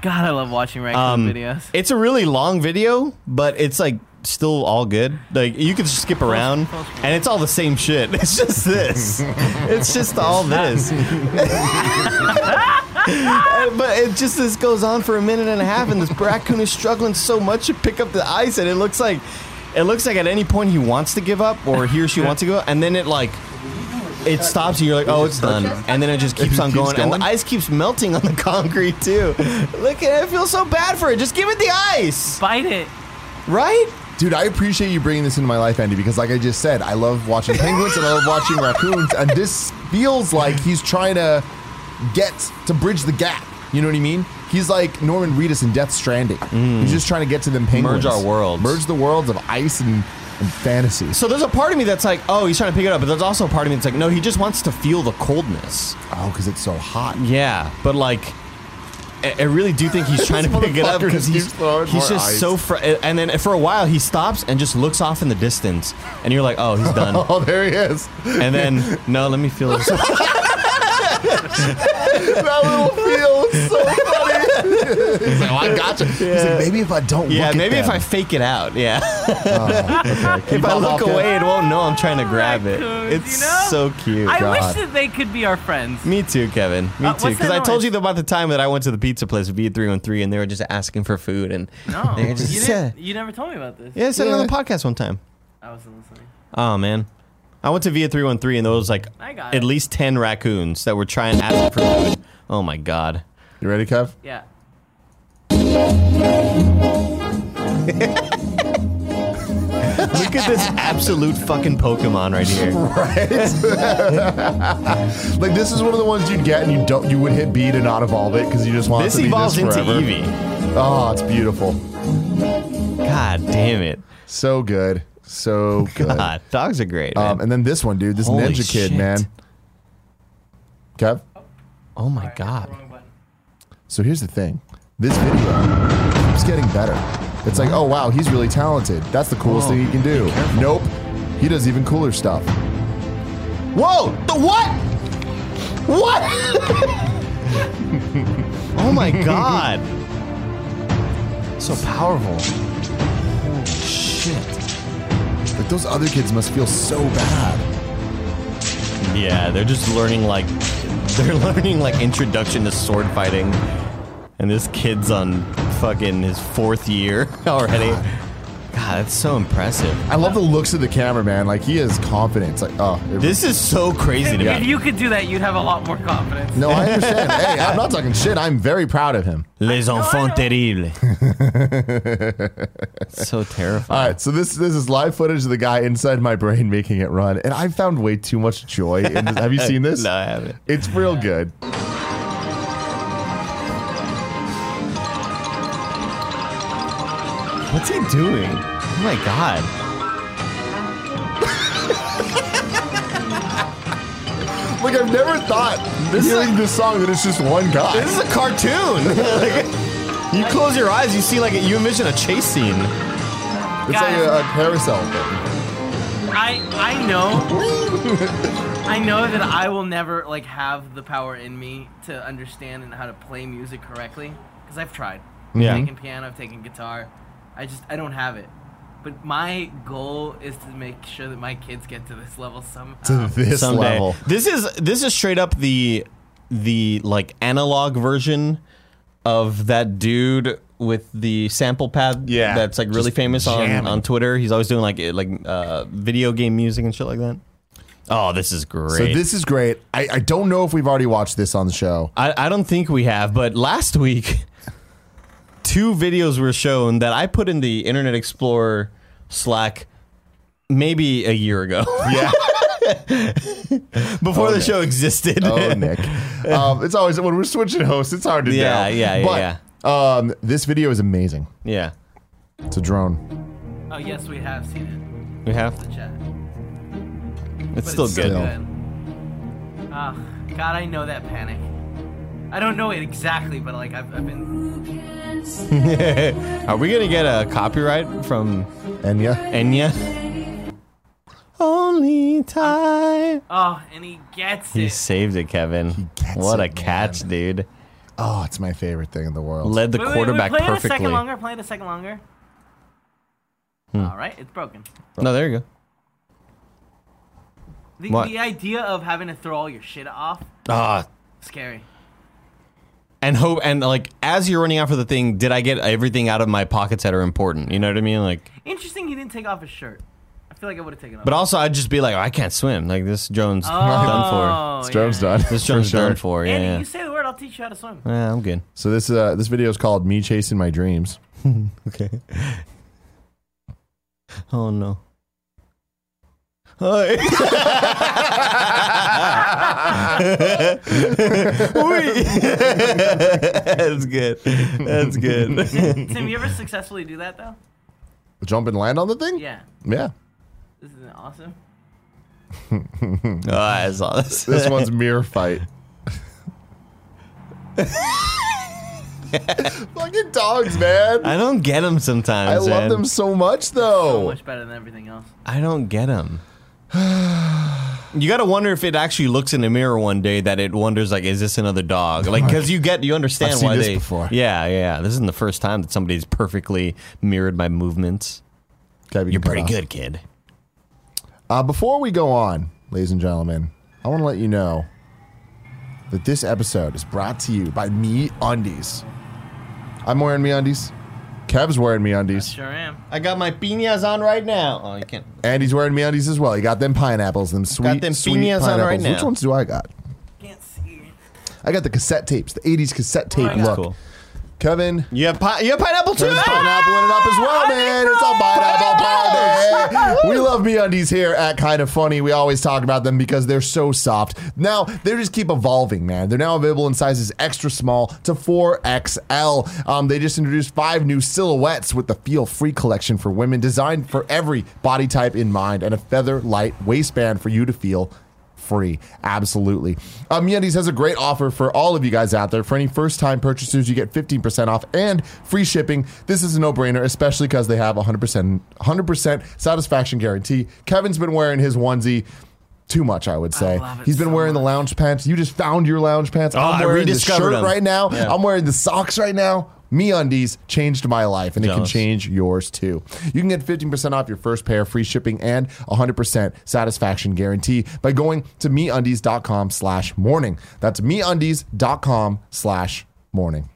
God, I love watching raccoon videos.
It's a really long video, but it's like still all good. Like you can skip around,
close one.
and it's all the same shit. It's just this. it's just all this. And- but it just this goes on for a minute and a half, and this raccoon is struggling so much to pick up the ice, and it looks like it looks like at any point he wants to give up, or he or she wants to give up, and then it like. It stops and you're like, oh, it's done, and then it just keeps
It
on
keeps
going, and
going?
the ice keeps melting on the concrete too. Look at it, I feel so bad for it. Just give it the ice.
Bite it.
Right?
Dude, I appreciate you bringing this into my life, Andy, because like I just said, I love watching penguins and I love watching raccoons, and this feels like he's trying to get to bridge the gap. You know what I mean? He's like Norman Reedus in Death Stranding. He's just trying to get to them penguins.
Mm. Merge our worlds.
Merge the worlds of ice and, and fantasy.
So there's a part of me that's like, oh, he's trying to pick it up, but there's also a part of me that's like, no, he just wants to feel the coldness.
Oh, because it's so hot.
Yeah, but like, I, I really do think he's trying to pick it up
motherfucker
because
just
he's
keeps throwing
he's
more
just
ice.
so. Fr- and then for a while he stops and just looks off in the distance, and you're like, oh, he's done.
Oh, there he is.
and then no, let me feel this.
that little feel is so funny. he's like, oh, I gotcha. He's like, maybe if I don't look
yeah,
at
maybe if
them." Oh,
I fake it out. Yeah,
Okay, can you
if I
pop off
look
yet?
away, it won't know I'm trying to grab it.
Raccoons,
It's
Oh you know?
so cute.
I
God.
wish that they could be our friends.
Me too, Kevin. Me
Uh,
too.
what's
Because
that
I told
noise?
you about the time that I went to the pizza place, V three one three, and they were just asking for food, and
No,
they
you,
were just
didn't, you never told me about this.
yeah, I said it on the
Yeah.
podcast one time.
I wasn't listening.
Oh man, I went to Via three one three, and there was like
I got
at
it.
least ten raccoons that were trying asking for food. Oh my god.
You ready, Kev?
Yeah.
Look at this absolute fucking Pokemon right here.
Like this is one of the ones you'd get and you don't you would hit B to not evolve it because you just want
This
it to be
evolves
this
into
forever.
Eevee.
Oh, it's beautiful.
God damn it.
So good. So good.
God, Uh, dogs are great. man.
Um, and then this one, dude, this
Holy
ninja kid,
shit.
man. Kev?
oh my
Sorry, I hit
god.
the wrong button.
So here's the thing. This video keeps getting better. It's like, oh wow, he's really talented. That's the coolest
Whoa,
thing he can do. Nope. He does even cooler stuff. Whoa! The what? What?
Oh my god. so powerful. Holy shit.
like those other kids must feel so bad.
Yeah, they're just learning like they're learning like introduction to sword fighting. And this kid's on fucking his fourth year already. God, that's so impressive.
I love the looks of the camera, man. Like he is confident. It's like, oh, it-
This is so crazy to
If
me.
you could do that, you'd have a lot more confidence.
no, I understand. hey, I'm not talking shit. I'm very proud of him.
Les enfants
know.
terribles. so
All
terrifying.
right, so this this is live footage of the guy inside my brain making it run, and I found way too much joy. In this. Have you seen this?
Uh, No, I haven't.
It's real good.
What's he doing? Oh my god.
Like I've never thought hearing this song that it's just one guy.
This is a cartoon. Like, you close your eyes, you see like you envision a chase scene.
It's like a, a carousel thing.
I I know. I know that I will never like have the power in me to understand and how to play music correctly because I've tried.
Yeah.
I've taken piano, I've taken guitar. I just I don't have it. But my goal is to make sure that my kids get to this level somehow.
To this
Someday.
level,
This is this is straight up the the like analog version of that dude with the sample pad
Yeah,
that's like really
just
famous on,
jamming.
on Twitter. He's always doing like eh, like uh, video game music and shit like that. Oh, this is great.
so this is great. I, I don't know if we've already watched this on the show.
I, I don't think we have, but last week, two videos were shown that I put in the Internet Explorer Slack maybe a year ago. Yeah. Before the show existed.
Oh, Nick. Um, it's always when we're switching hosts, it's hard to
Yeah,
know.
yeah, yeah,
But um, this video is amazing.
yeah.
It's a drone.
oh yes, we have seen it.
We have.
The chat.
It's
But
still
it's so
good.
still-
good. Ah, God, I know that panic. I don't know it exactly, but like I've, I've been.
Are we going to get a copyright from
And yeah,
Enya? Only time.
Oh, and he gets
He
it.
saved it, Kevin.
gets
what
it,
a catch, dude.
oh, it's my favorite thing in the world.
Led the
Wait, wait, wait,
quarterback
play it a
perfectly. Hmm.
second longer. Play it a second longer. All right, it's broken.
No, there you go.
The,
What?
the idea of having to throw all your shit off,
Ah,
scary.
and hope and like as you're running out for the thing did i get everything out of my pockets that are important you know what i mean like
Interesting, he didn't take off his shirt. I feel like I would have taken it off.
but also i'd just be like "Oh, i can't swim like this drone's done
Oh,
This drone's
yeah.
done.
for this
For
drone's
sure.
done for yeah,
Andy,
yeah.
you say the word, I'll teach you how to swim.
Yeah, i'm good
So this uh, this video is called "Me Chasing My Dreams."
okay oh no Hi. Wee. That's good. That's good.
Tim, you ever successfully do that though?
Jump and land on the thing.
Yeah.
Yeah.
This is awesome.
Oh, I saw this.
This one's mirror fight. Fucking dogs, man. I,
I don't get them sometimes.
love
man.
them so much,
So
though.
much better than everything else.
I don't get him. You gotta wonder if it actually looks in the mirror one day that it wonders like, is this another dog? Like, because you get you understand
I've seen
why
this
they.
before.
Yeah, yeah. This isn't the first time that somebody's perfectly mirrored my movements.
Okay, we can
You're
cut
pretty
off.
good, kid.
Uh, before we go on, ladies and gentlemen, I want to let you know that this episode is brought to you by Me Undies. I'm wearing Me Undies. Kev's wearing Me Undies.
Sure am.
I got my piñas on right now. Oh, you can't.
Andy's wearing Me Undies as well. He got them pineapples, them sweet,
them
sweet
piñas
pineapples.
on right now.
Which ones do I got?
Can't see.
I got the cassette tapes, the 80s cassette tape
Right. That's
look.
Cool.
Kevin.
You have pi- you have pineapple too. Ah!
Turns pineapple in it up as well, man. It's all pineapple party. We love MeUndies here at Kind of Funny. We always talk about them because they're so soft. Now they just keep evolving, man. They're now available in sizes extra small to 4XL. Um, they just introduced five new silhouettes with the Feel Free collection for women, designed for every body type in mind, and a feather light waistband for you to feel free. Absolutely. Um, Yetis has a great offer for all of you guys out there. For any first time purchasers, you get 15% off and free shipping. This is a no brainer, especially because they have 100%, 100% satisfaction guarantee. Kevin's been wearing his onesie. Too much, I would say.
love it
He's been
so
wearing the lounge pants. You just found your lounge pants.
Oh, I
I'm wearing this
rediscovered
shirt
them.
right now.
Yeah.
I'm wearing the socks right now. Me undies changed my life, and it can
Jealous.
change yours too. You can get 15% off your first pair, free shipping, and 100% satisfaction guarantee by going to meundies.com slash morning. That's meundies.com slash morning.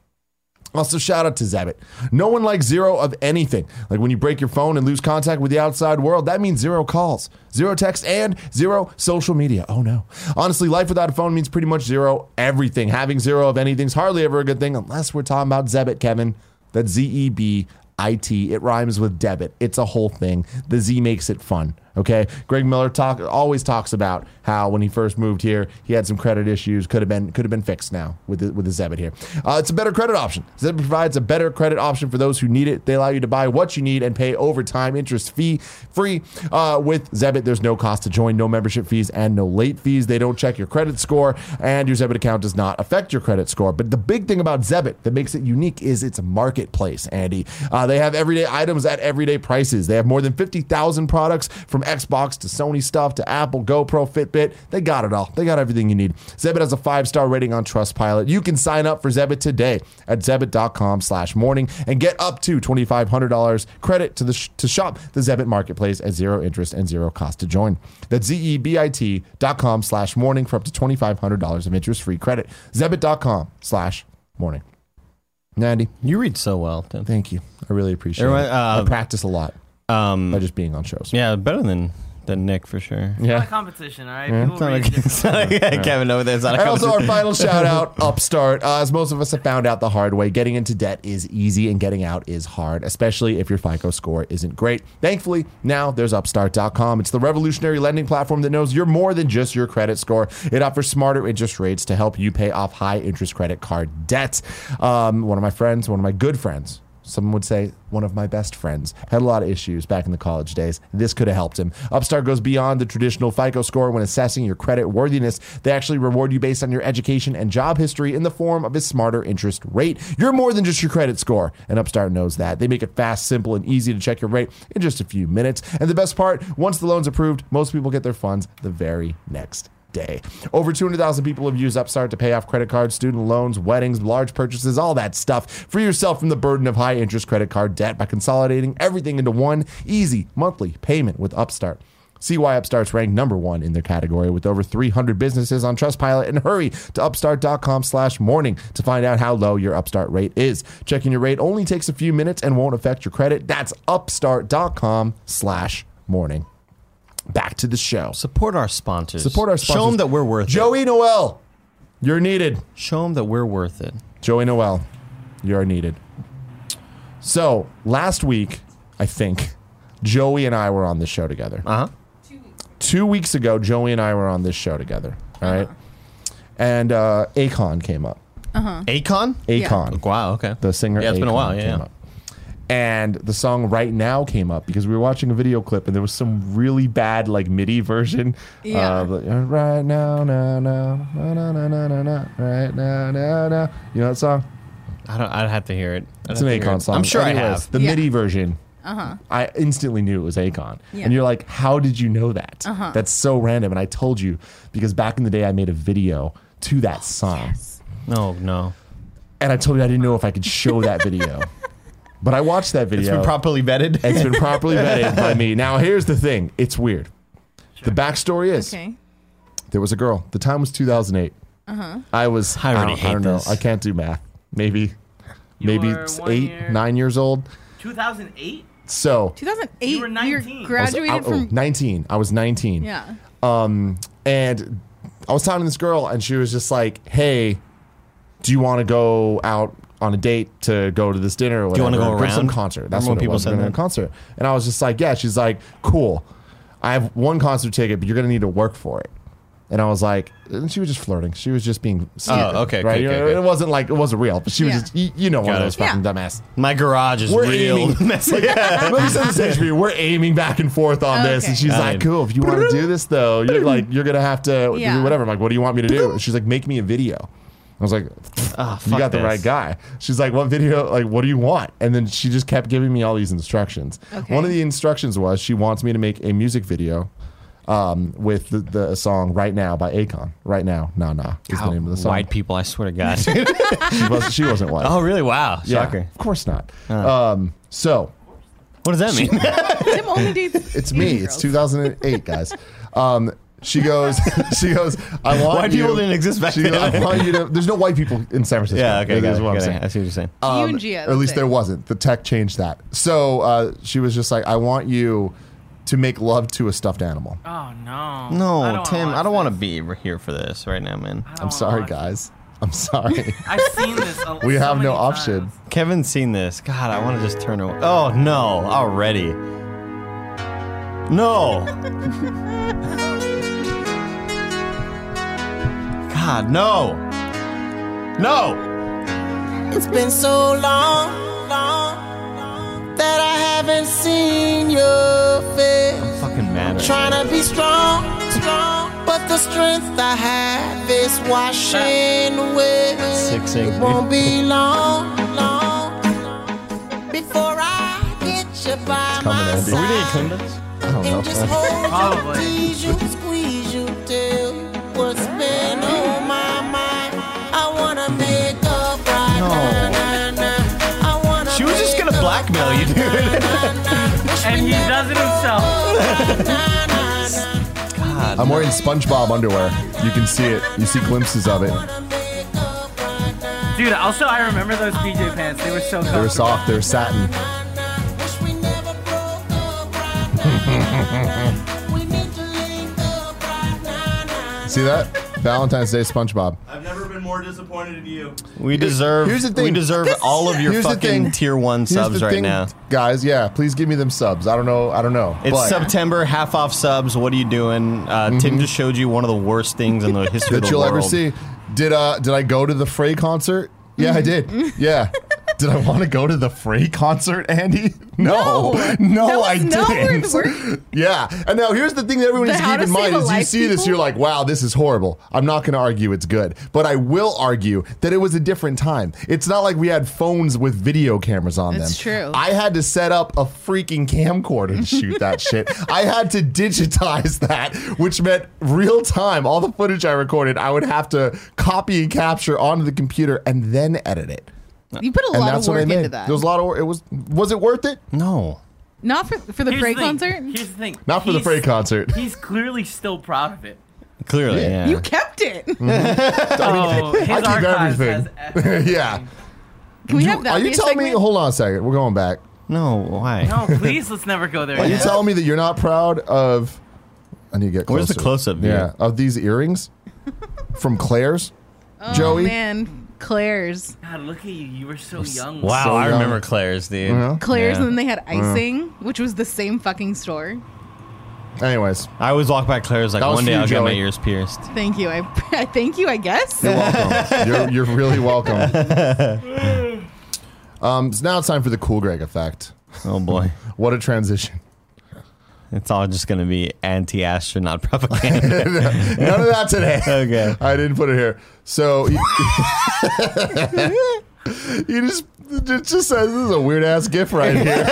Also, shout out to Zabbit. No one likes zero of anything. Like when you break your phone and lose contact with the outside world, that means zero calls, zero text, and zero social media. Oh no. Honestly, life without a phone means pretty much zero everything. Having zero of anything's hardly ever a good thing unless we're talking about Zebit, Kevin. That's Z E B I T. It rhymes with debit. It's a whole thing. The Z makes it fun. Okay. Greg Miller talk always talks about how when he first moved here, he had some credit issues. Could have been could have been fixed now with the, with the Zebit here. Uh, it's a better credit option. Zebit provides a better credit option for those who need it. They allow you to buy what you need and pay overtime interest fee free. Uh, with Zebit, there's no cost to join, no membership fees, and no late fees. They don't check your credit score, and your Zebit account does not affect your credit score. But the big thing about Zebit that makes it unique is its marketplace, Andy. Uh, they have everyday items at everyday prices. They have more than 50,000 products from Xbox to Sony stuff to Apple, GoPro, Fitbit. They got it all. They got everything you need. Zebit has a five-star rating on Trustpilot. You can sign up for Zebit today at zebit.com slash morning and get up to $2,500 credit to, the sh- to shop the Zebit marketplace at zero interest and zero cost to join. That's E zebit dot com slash morning for up to $2,500 of interest-free credit. Zebit.com slash morning. Nandy,
You read so well, Tim.
thank you. I really appreciate
Everyone,
it. I
uh,
practice a lot by
Um,
just being on shows.
yeah, better than than Nick for sure.
It's
Yeah.
not a competition, all right? People read different.
it's not like- Kevin over there. It's not a
And also, our
competition.
final shout out, Upstart. Uh, as most of us have found out the hard way, getting into debt is easy and getting out is hard, especially if your FICO score isn't great. Thankfully, now there's Upstart.com. It's the revolutionary lending platform that knows you're more than just your credit score. It offers smarter interest rates to help you pay off high interest credit card debt. Um, one of my friends, one of my good friends, some would say one of my best friends had a lot of issues back in the college days. This could have helped him. Upstart goes beyond the traditional FICO score when assessing your credit worthiness. They actually reward you based on your education and job history in the form of a smarter interest rate. You're more than just your credit score, and Upstart knows that. They make it fast, simple, and easy to check your rate in just a few minutes. And the best part, once the loan's approved, most people get their funds the very next day. Over 200,000 people have used Upstart to pay off credit cards, student loans, weddings, large purchases, all that stuff. Free yourself from the burden of high interest credit card debt by consolidating everything into one easy monthly payment with Upstart. See why Upstart's ranked number one in their category with over 300 businesses on Trustpilot and hurry to upstart.com slash morning to find out how low your Upstart rate is. Checking your rate only takes a few minutes and won't affect your credit. That's upstart.com slash morning. Back to the show.
support our sponsors.
Support our sponsors.
Show them that we're worth it.
Joey Noel, you're needed.
Show them that we're worth it.
Joey Noel, you're needed. So last week, I think Joey and I were on this show together.
Uh huh.
Two weeks ago, Joey and I were on this show together. All right? and uh, Akon came up.
Akon.
Akon,
Wow. Okay.
the singer.
Yeah, it's been a
Akon
while. Yeah.
came
yeah.
up. And the song "Right Now" came up because we were watching a video clip, and there was some really bad like MIDI version.
Yeah.
Of, like, right now, na na na na na na na, na, right now, na na. You know that song?
I don't. I'd have to hear it. I'd
It's
have
an
to hear
Akon
it.
song.
I'm sure I
Anyways,
have.
The
Yeah.
MIDI version. Uh-huh. I instantly knew it was Akon.
Yeah.
And you're like, how did you know that? Uh-huh. That's so random. And I told you because back in the day I made a video to
Oh,
that song.
No. No.
And I told you I didn't know if I could show that video. But I watched that video.
It's been properly vetted.
it's been properly vetted by me. Now here's the thing. It's weird. The backstory is
Okay.
there was a girl. The time was 2008. Uh-huh. I was.
I
I,
already
don't,
hate
I don't know.
this.
I can't do math. Maybe,
You
maybe
were one
eight,
year-
nine years old.
2008?
So
2008.
You were 19.
You
Was-
graduated
I was out- oh,
from.
19. I was 19.
Yeah.
And I was talking to this girl, and she was just like, hey, do you want to go out on a date to go to this dinner or
you
whatever.
wanna go
or some
around?
concert. That's
Remember when
what
people
people was.
said
We're gonna
that?
go to a concert. And I was just like, yeah. She's like, cool. I have one concert ticket, but you're gonna need to work for it. And I was like, and she was just flirting. She was just being stupid.
Oh, okay,
right?
okay,
You know,
okay, okay.
It wasn't like it wasn't real, but she
Yeah.
was just you, you know one
Got
of
it.
those fucking
Yeah.
dumbass.
My garage is
We're
real
aiming.
messy. Yeah.
Let me set the stage for you. We're aiming back and forth on this,
Okay.
and she's
Got
like,
it.
"Cool, if you want to do this, though, you're like, you're gonna have to
Yeah.
do whatever." I'm like, "What do you want me to do?" And she's like, "Make me a video." I was like,
Ah,
"You
fuck
got the
this.
right guy." She's like, "What video? Like, what do you want?" And then she just kept giving me all these instructions.
Okay.
One of the instructions was she wants me to make a music video. Um, with the, the song "Right Now" by Akon. Right now, nah, nah is the
Oh,
name of the song.
White people, I swear to God.
She, was, she wasn't white.
oh, really? Wow.
yeah,
Shocker.
of course not. Um, so
What does that mean?
Tim only dates.
It's me.
Asian
It's
girls.
2008, guys. Um, she goes. She goes. I want
White
you-
people didn't exist back
She goes, I
then.
want you to. There's no white people in San Francisco.
yeah, okay.
Is
Got it,
what I'm
got it.
saying.
I see what you're saying.
You
Um,
and Gia.
or at least
that's
there
it.
wasn't. The tech changed that. So uh, she was just like, "I want you to make love to a stuffed animal."
Oh no. I
No,
don't
Tim,
wanna
I don't
watch
want to
this.
be here for this right now, man.
I don't
I'm
wanna
sorry,
watch this.
guys. I'm sorry.
I've seen this. A,
We
so
have
many
no option.
times.
Kevin's seen this. God, I want to just turn away. Oh no, already. No. God, no. No.
It's been so long, long, long that I haven't seen your face.
Fucking mad. at-
Trying to be strong, strong, but the strength I have is washing away.
Six, eight,
It won't be long, long, long before I get you by my
coming, Andy.
Are we doing
side.
Kleenex?
I don't know.
And just hold
Probably.
you, tease you, squeeze you till what's been on my mind. I wanna make up right
No.
now, nah, nah. I wanna
She was just
make
gonna
up
blackmail you, dude.
And he does it himself.
right now, nah, nah.
God.
I'm wearing SpongeBob underwear. You can see it. You see glimpses of it.
Dude, also I remember those PJ pants. They were so
They
comfortable.
were soft. They were satin.
Wish we never broke up right now. We need to link up right now, nah, nah.
See that? Valentine's Day SpongeBob.
I've never been more disappointed in you.
We deserve.
Here's the thing.
We deserve all of your
Here's the
fucking
thing.
tier one
Here's
subs
the
right
thing,
now.
guys. Yeah, please give me them subs. I don't know. I don't know.
It's
but-
September, half off subs. What are you doing? Uh, Tim just showed you one of the worst things in the history
Mm-hmm.
of
that
the
you'll
world.
ever see. Did uh did I go to the Frey concert? Yeah, I
Mm-hmm.
did. Yeah. Did I want to go to the Frey concert, Andy? No, no,
That was
I
nowhere
didn't.
the word-
yeah, and now here's the thing that everyone
The
needs to
how
keep
to
in
save
mind:
a
is you
life
see this,
people?
you're like, "Wow, this is horrible." I'm not going to argue it's good, but I will argue that it was a different time. It's not like we had phones with video cameras on
That's
them.
true.
I had to set up a freaking camcorder to shoot that shit. I had to digitize that, which meant real time. All the footage I recorded, I would have to copy and capture onto the computer and then edit it.
You put a
And
lot
that's
of
what I
work
made.
into that.
There was a lot of work. It was was it worth it?
No.
Not for for the
Here's
Frey
the thing.
concert.
Here's the thing.
Not for the
He's-
Frey concert.
He's clearly still proud of it.
Clearly,
Yeah. Mm-hmm.
yeah.
You kept it. Can
Oh, his
I keep
archives
everything.
has
yeah.
we have that?
Are you
be a
telling me?
segment?
Hold on a second. We're going back.
no, why?
No, please, let's never go there.
Are you
again.
telling me that you're not proud of? I need to get. Closer.
Where's the close-up view?
Yeah, of these earrings from Claire's.
Oh,
Joey?
man, Claire's,
God, look at you. You were so young.
Wow,
So
I
young. Uh-huh.
remember Claire's, dude.
Yeah. Mm.
Claire's,
Yeah.
and then they had icing, which was the same fucking store.
Anyways,
I always walk by Claire's like
That was
one day
for you,
I'll get my
Joey.
ears pierced.
Thank you. I, I thank you. I guess.
You're welcome. you're, you're really welcome. Um, so now it's time for the Cool Greg effect.
Oh boy,
What a transition.
it's all just gonna be anti-astronaut propaganda.
None of that today.
okay.
I didn't put it here. So you, you just it just says this is a weird ass gif right here.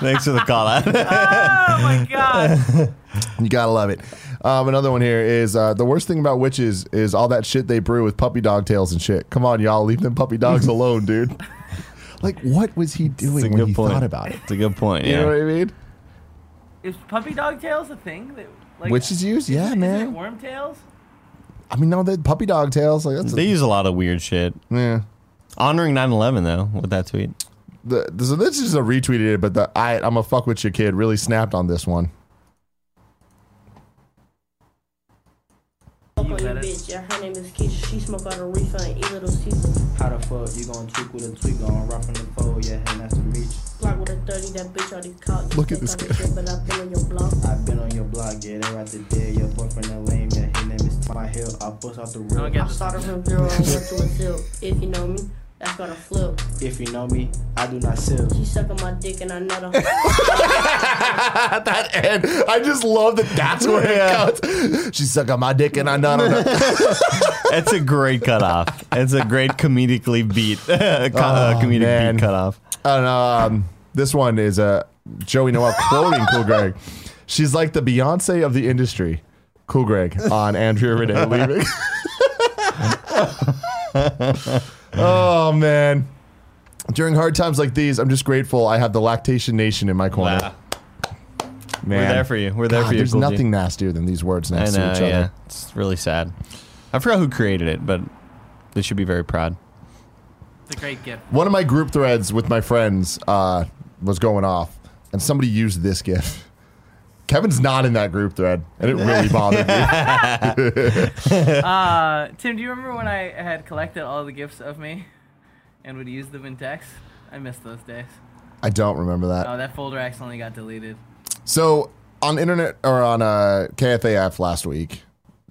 Thanks for the call out.
Oh my god.
You gotta love it. Um, another one here is uh, the worst thing about witches is all that shit they brew with puppy dog tails and shit. Come on, y'all, leave them puppy dogs alone, dude. Like, what was he
It's a
doing when
good
he
point.
thought about it?
It's a good point.
You
Yeah.
know what I mean?
Is puppy dog tails a thing? That, like,
Witches use, yeah,
Isn't it
man.
worm tails?
I mean, no, the puppy dog tails. Like that's a,
They use a lot of weird shit.
yeah.
Honoring 9/11 though with that tweet.
The, so this is a retweeted, but the I I'm a fuck with your kid really snapped on this one.
Is that
regular
it?
bitch. Yeah, her name is Keisha. She smoke out a reefer and eat little Caesar.
How the fuck you gonna tweak with a tweak on roughing the pole? Yeah, and that's the reach.
Block with a 30, that bitch already caught.
Look at this guy.
But I've been on your block.
I've been on your block, yeah, they're out there. dead. Your boyfriend a lame, yeah, his name is Tom. I Hill. I bust out the
I
roof.
get
I started from zero and went to a zip. If you know me, that's gonna flip.
If you know me, I do not sell.
She sucking my dick and I nut her.
At that end, I just love that. That's where it goes. She suck on my dick and I not on her.
That's a great cutoff. It's a great comedically beat, co- uh, comedic
Oh, man.
beat cutoff.
And um, this one is uh, Joey Noel quoting Cool Greg. She's like the Beyonce of the industry. Cool Greg on Andrea Renee leaving. oh man. During hard times like these, I'm just grateful I have the lactation nation in my corner.
Wow.
Man.
We're there for you. We're there
God,
for you.
there's
Cool G.
nothing nastier than these words
I
next
know.
to each
Yeah,
other.
it's really sad. I forgot who created it, but they should be very proud.
It's a great gift.
One of my group threads with my friends uh, was going off, and somebody used this gif. Kevin's not in that group thread, and it really bothered me.
Uh, Tim, do you remember when I had collected all the gifts of me and would use them in text? I miss those days.
I don't remember
Oh,
that.
that folder accidentally got deleted.
So on internet or on uh, KFAF last week,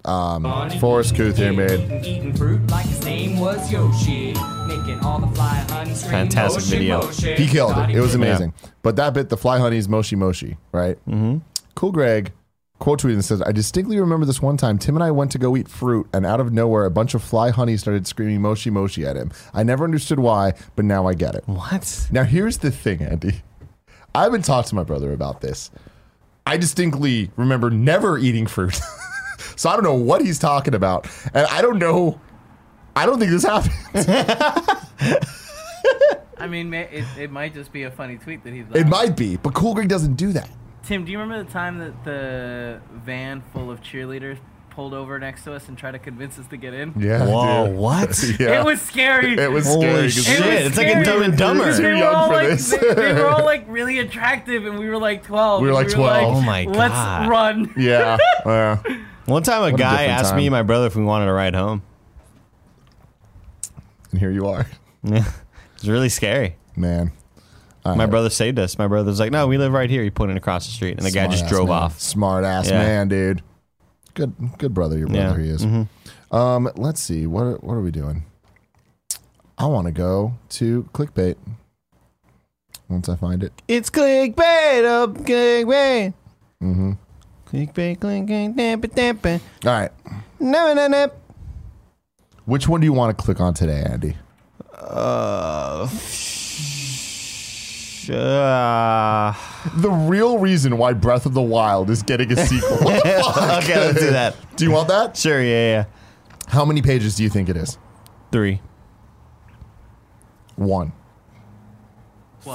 um, Forrest Kuther made.
Eating fruit like his name was Yoshi. Making all the fly honey scream,
Fantastic
"Moshi,
video.
moshi."
He killed it. It was
Starting
amazing. But that bit, the fly honey's moshi moshi, right? Mm-hmm. Cool Greg quote tweeted and says, I distinctly remember this one time. Tim and I went to go eat fruit, and out of nowhere, a bunch of fly honey started screaming moshi moshi at him. I never understood why, but now I get it.
What?
Now, here's the thing, Andy. I haven't talked to my brother about this. I distinctly remember never eating fruit. so I don't know what he's talking about. And I don't know. I don't think this happened.
I mean, ma- it, it might just be a funny tweet that he's like.
It might be, but Cool Greg doesn't do that.
Tim, do you remember the time that the van full of cheerleaders pulled over next to us and tried to convince us to get in?
Yeah.
Whoa! What?
Yeah.
It was scary.
It was
Holy
scary. 'cause
shit.
It was
It's like a
scary.
Dumb and Dumber.
Too
They were,
young
all
for
like,
this.
they, they were all like really attractive, and we were like 12.
We were like 12.
Oh my
Let's
God.
run.
Yeah. yeah.
One time, a
What a
guy
different
asked me
time.
and my brother if we wanted a ride home.
And here you are,
Yeah, it's really scary.
man.
My brother saved us. My brother was like, "No, we live right here." He pointed across the street, and the guy just
Smart-ass
drove
man.
off.
Smart ass
Yeah.
man, dude. Good, good brother. Your brother,
Yeah.
he is. Um, let's see. What what are we doing? I want to go to clickbait. Once I find it,
It's clickbait, up clickbait. Mm-hmm. Clickbait, clickbait, dampa, dampa.
all right.
No, no, no.
Which one do you want to click on today, Andy?
Uh, sh- uh,
The real reason why Breath of the Wild is getting a sequel.
okay, let's do that.
do you want that?
Sure, yeah, yeah.
How many pages do you think it is?
Three.
One.
Fuck.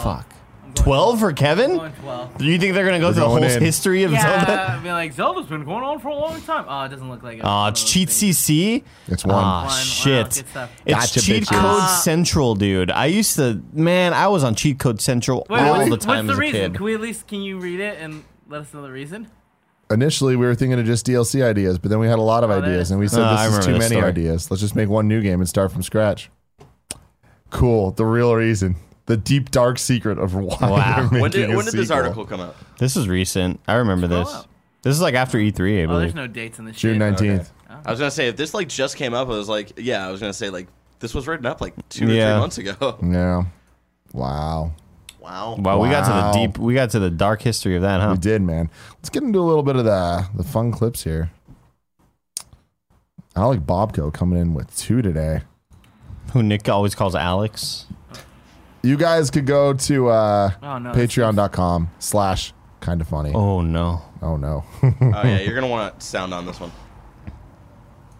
I'm going-
Twelve for
I'm
Kevin?
going 12.
Do you think they're gonna go
We're
through the whole
going in.
history of Zelda?
Yeah, I mean, like Zelda's been going on for a long time. Oh, it doesn't look like it.
Aw, it's cheat CC.
It's one.
Aw,
One. Wow,
shit.
good stuff.
it's
Gotcha,
cheat
bitches.
code
Uh,
central, dude. I used to, man. I was on cheat code central
Wait,
all
what's,
the time as
what's the
a
reason?
kid.
Can we at least can you read it and let us know the reason?
Initially, we were thinking of just DLC ideas, but then we had a lot of
Oh, that
ideas,
is-
and we said
Ah, I
this is
remember
too
this
many
story.
ideas. Let's just make one new game and start from scratch. Cool. The real reason. The deep dark secret of why.
Wow.
they're
When did,
making a
when did this
sequel.
article come out?
This is recent. I remember
Scroll
this.
up.
This is like after E3, I
Oh, there's
believe.
no dates in the
June nineteenth?
I was gonna say if this like just came up, I was like, yeah, I was gonna say like this was written up like two or
Yeah.
three months ago.
Yeah. Wow.
Wow.
wow, we got
Wow.
to the deep. We got to the dark history of that, huh?
We did, man. Let's get into a little bit of the the fun clips here. Alec Bobko coming in with two today.
Who Nick always calls Alex.
You guys could go to uh,
Oh, no, this-
patreon.com slash kind of funny.
Oh no.
oh no.
Oh yeah, you're gonna want sound on this one.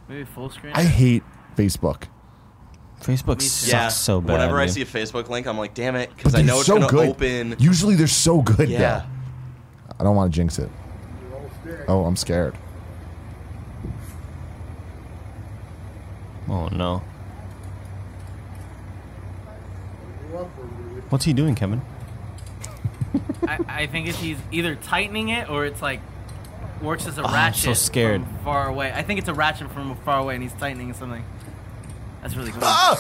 Maybe full screen.
I hate Facebook.
Facebook
Me too.
sucks
Yeah.
so bad.
Whenever I
dude.
see a Facebook link, I'm like, damn it, because I
They're
know it's gonna open.
Usually they're so good.
yeah.
though. I don't want to jinx it. Oh, I'm scared.
Oh no. What's he doing, Kevin?
I, I think it's he's either tightening it or it's like works
Oh,
as a
I'm so
ratchet.
scared.
From far away. I think it's a ratchet from far away, and he's tightening something. That's really cool.
Ah!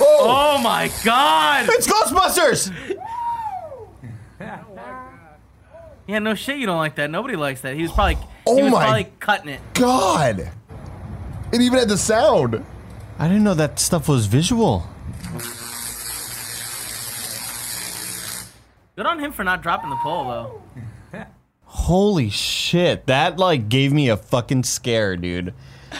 Oh,
Oh my god!
It's Ghostbusters!
Yeah, no shit, you don't like that. Nobody likes that. He was probably,
Oh
he was
my-
probably cutting it.
God! It even had the sound.
I didn't know that stuff was visual.
Good on him for not dropping the pole though.
Holy shit. That like gave me a fucking scare, dude.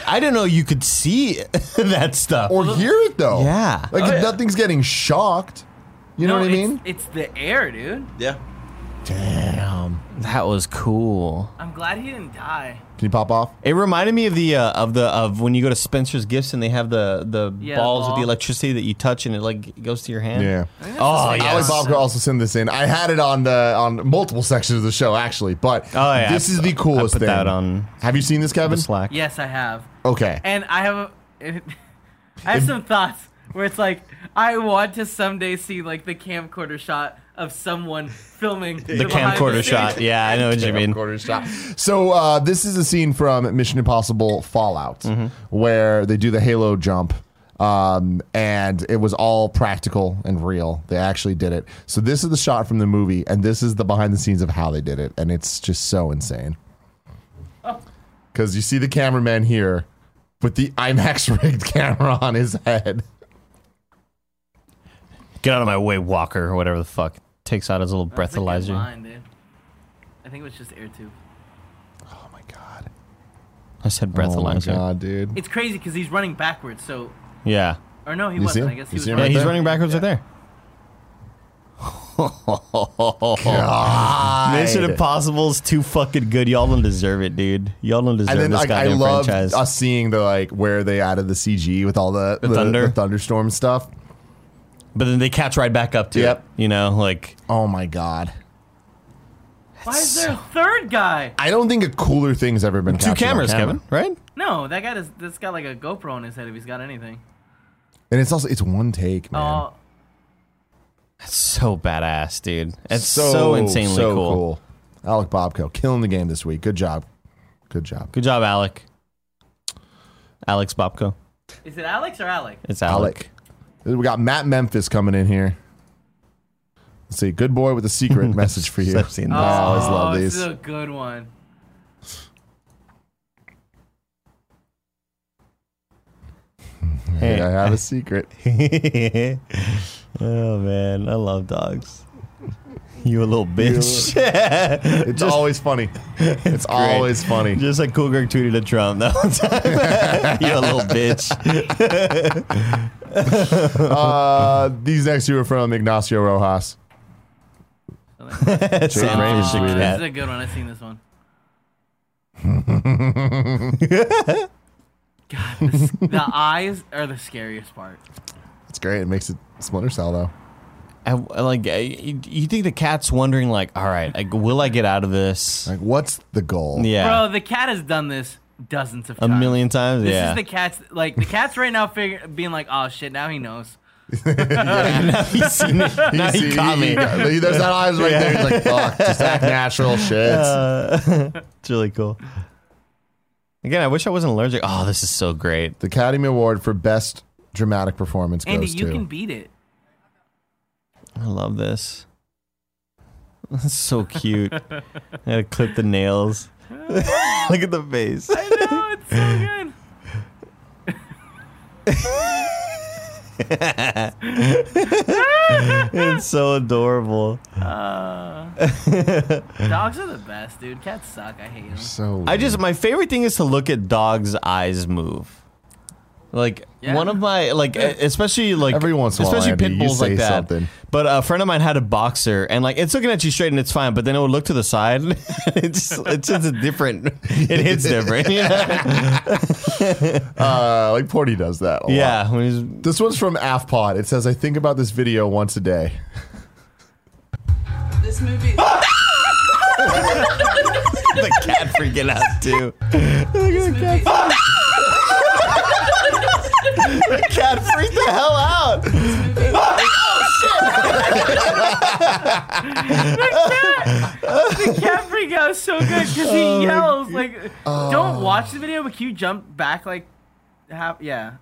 I didn't know you could see that stuff.
Or hear it though.
Yeah.
Like
Oh, yeah.
nothing's getting shocked. You know
No,
what I
it's-
mean?
It's the air, dude.
Yeah.
Damn. That was cool.
I'm glad he didn't die.
Can you pop off?
It reminded me of the uh, of the of when you go to Spencer's Gifts and they have the the
Yeah, the
balls with
ball.
the electricity that you touch and it like goes to your hand.
Yeah.
Oh yeah.
Alec Bob could also send this in. I had it on the on multiple sections of the show actually, but
Oh, yeah.
this is the coolest
I put
thing.
that on
Have you seen this,
the
Kevin?
Slack.
Yes, I have.
Okay.
And I have, a, I have some thoughts where it's like I want to someday see like the camcorder shot of someone filming
The camcorder shot. Yeah, I know what you mean.
So uh, this is a scene from Mission Impossible Fallout where they do the Halo jump, um, and it was all practical and real. They actually did it. So this is the shot from the movie, and this is the behind the scenes of how they did it, and it's just so insane. Because you see the cameraman here with the IMAX rigged camera on his head.
Get out of my way, Walker, or whatever the fuck. Takes out his little breathalyzer.
Line, dude. I think it was just air tube.
Oh my god!
I said
Oh my
breathalyzer.
god, dude!
It's crazy because he's running backwards. So,
yeah.
or no, he
You see
wasn't.
him?
I guess
You
he was
see him
Yeah,
right
he's
there?
running backwards right there.
God.
Mission Impossible's too fucking good. Y'all don't deserve it, dude. Y'all don't deserve
and then
this
like, I
goddamn
love
franchise.
us seeing the like where they added the CG with all the, the,
thunder.
the thunderstorm stuff.
But then they catch right back up to
Yep.
it. You know, like
Oh my god!
Why is there a third guy?
I don't think a cooler thing's ever been
two
captured on
cameras,
camera.
Kevin. Right?
No, that guy does. That's got like a GoPro on his head if he's got anything.
And it's also it's one take, man.
Oh,
That's so badass, dude. It's so, insanely
so
cool.
Alec Bobko killing the game this week. Good job, good job.
Good job, Alec. Alex Bobko.
is it Alex or Alec?
It's
Alec. We got Matt Memphis coming in here. Let's see. Good boy with a secret message for you.
I've seen
I
this.
always love
oh,
these.
this is a good one.
Hey, I have a secret.
oh man, I love dogs. You a little bitch.
It's always funny. It's, always funny.
Just like Cool Greg tweeted at Trump that one time. you a little bitch.
Uh, these next two are from Ignacio Rojas.
Sam
Raimi
Fisher
tweeted.
This
cat.
is a good one. I've seen this one. God, this, the eyes are the scariest part.
It's great. It makes it Splinter Cell though.
I, like I, you you think the cat's wondering like, all right, like, will I get out of this?
Like, what's the goal?
Yeah,
Bro, the cat has done this dozens of
a
times.
million times.
This
yeah,
is the cat's like the cat's right now figure, being like, oh shit, now he knows.
he's seen it. Now he
See,
caught me.
he- there's that eyes right there. He's like, fuck, just act natural, shit.
Uh, It's really cool. Again, I wish I wasn't allergic. Oh, this is so great.
the Academy Award for Best Dramatic Performance
Andy,
goes
you
to.
can beat it.
I love this. That's so cute. I gotta clip the nails. Look at the face.
No, it's so good.
It's so adorable.
Dogs are the best, dude. Cats suck. I hate them.
so
I just my favorite thing is to look at dogs' eyes move. Like
Yeah.
one of my like e- especially like
Every once in a while,
especially
Andy,
pit
you
bulls
say
like that.
something.
But a friend of mine had a boxer and like it's looking at you straight and it's fine, but then it would look to the side. it's it's just a different. It hits different. Yeah,
uh, like Porty does that. A Lot.
yeah when he's-
This one's from AFPOD. It says, "I think about this video once a day."
This movie.
the cat freaking out too.
this movie
The cat freaked the hell out.
Cat freak out is so good because
Oh,
he yells like, "Don't watch the video, but can you jump back like half? Yeah,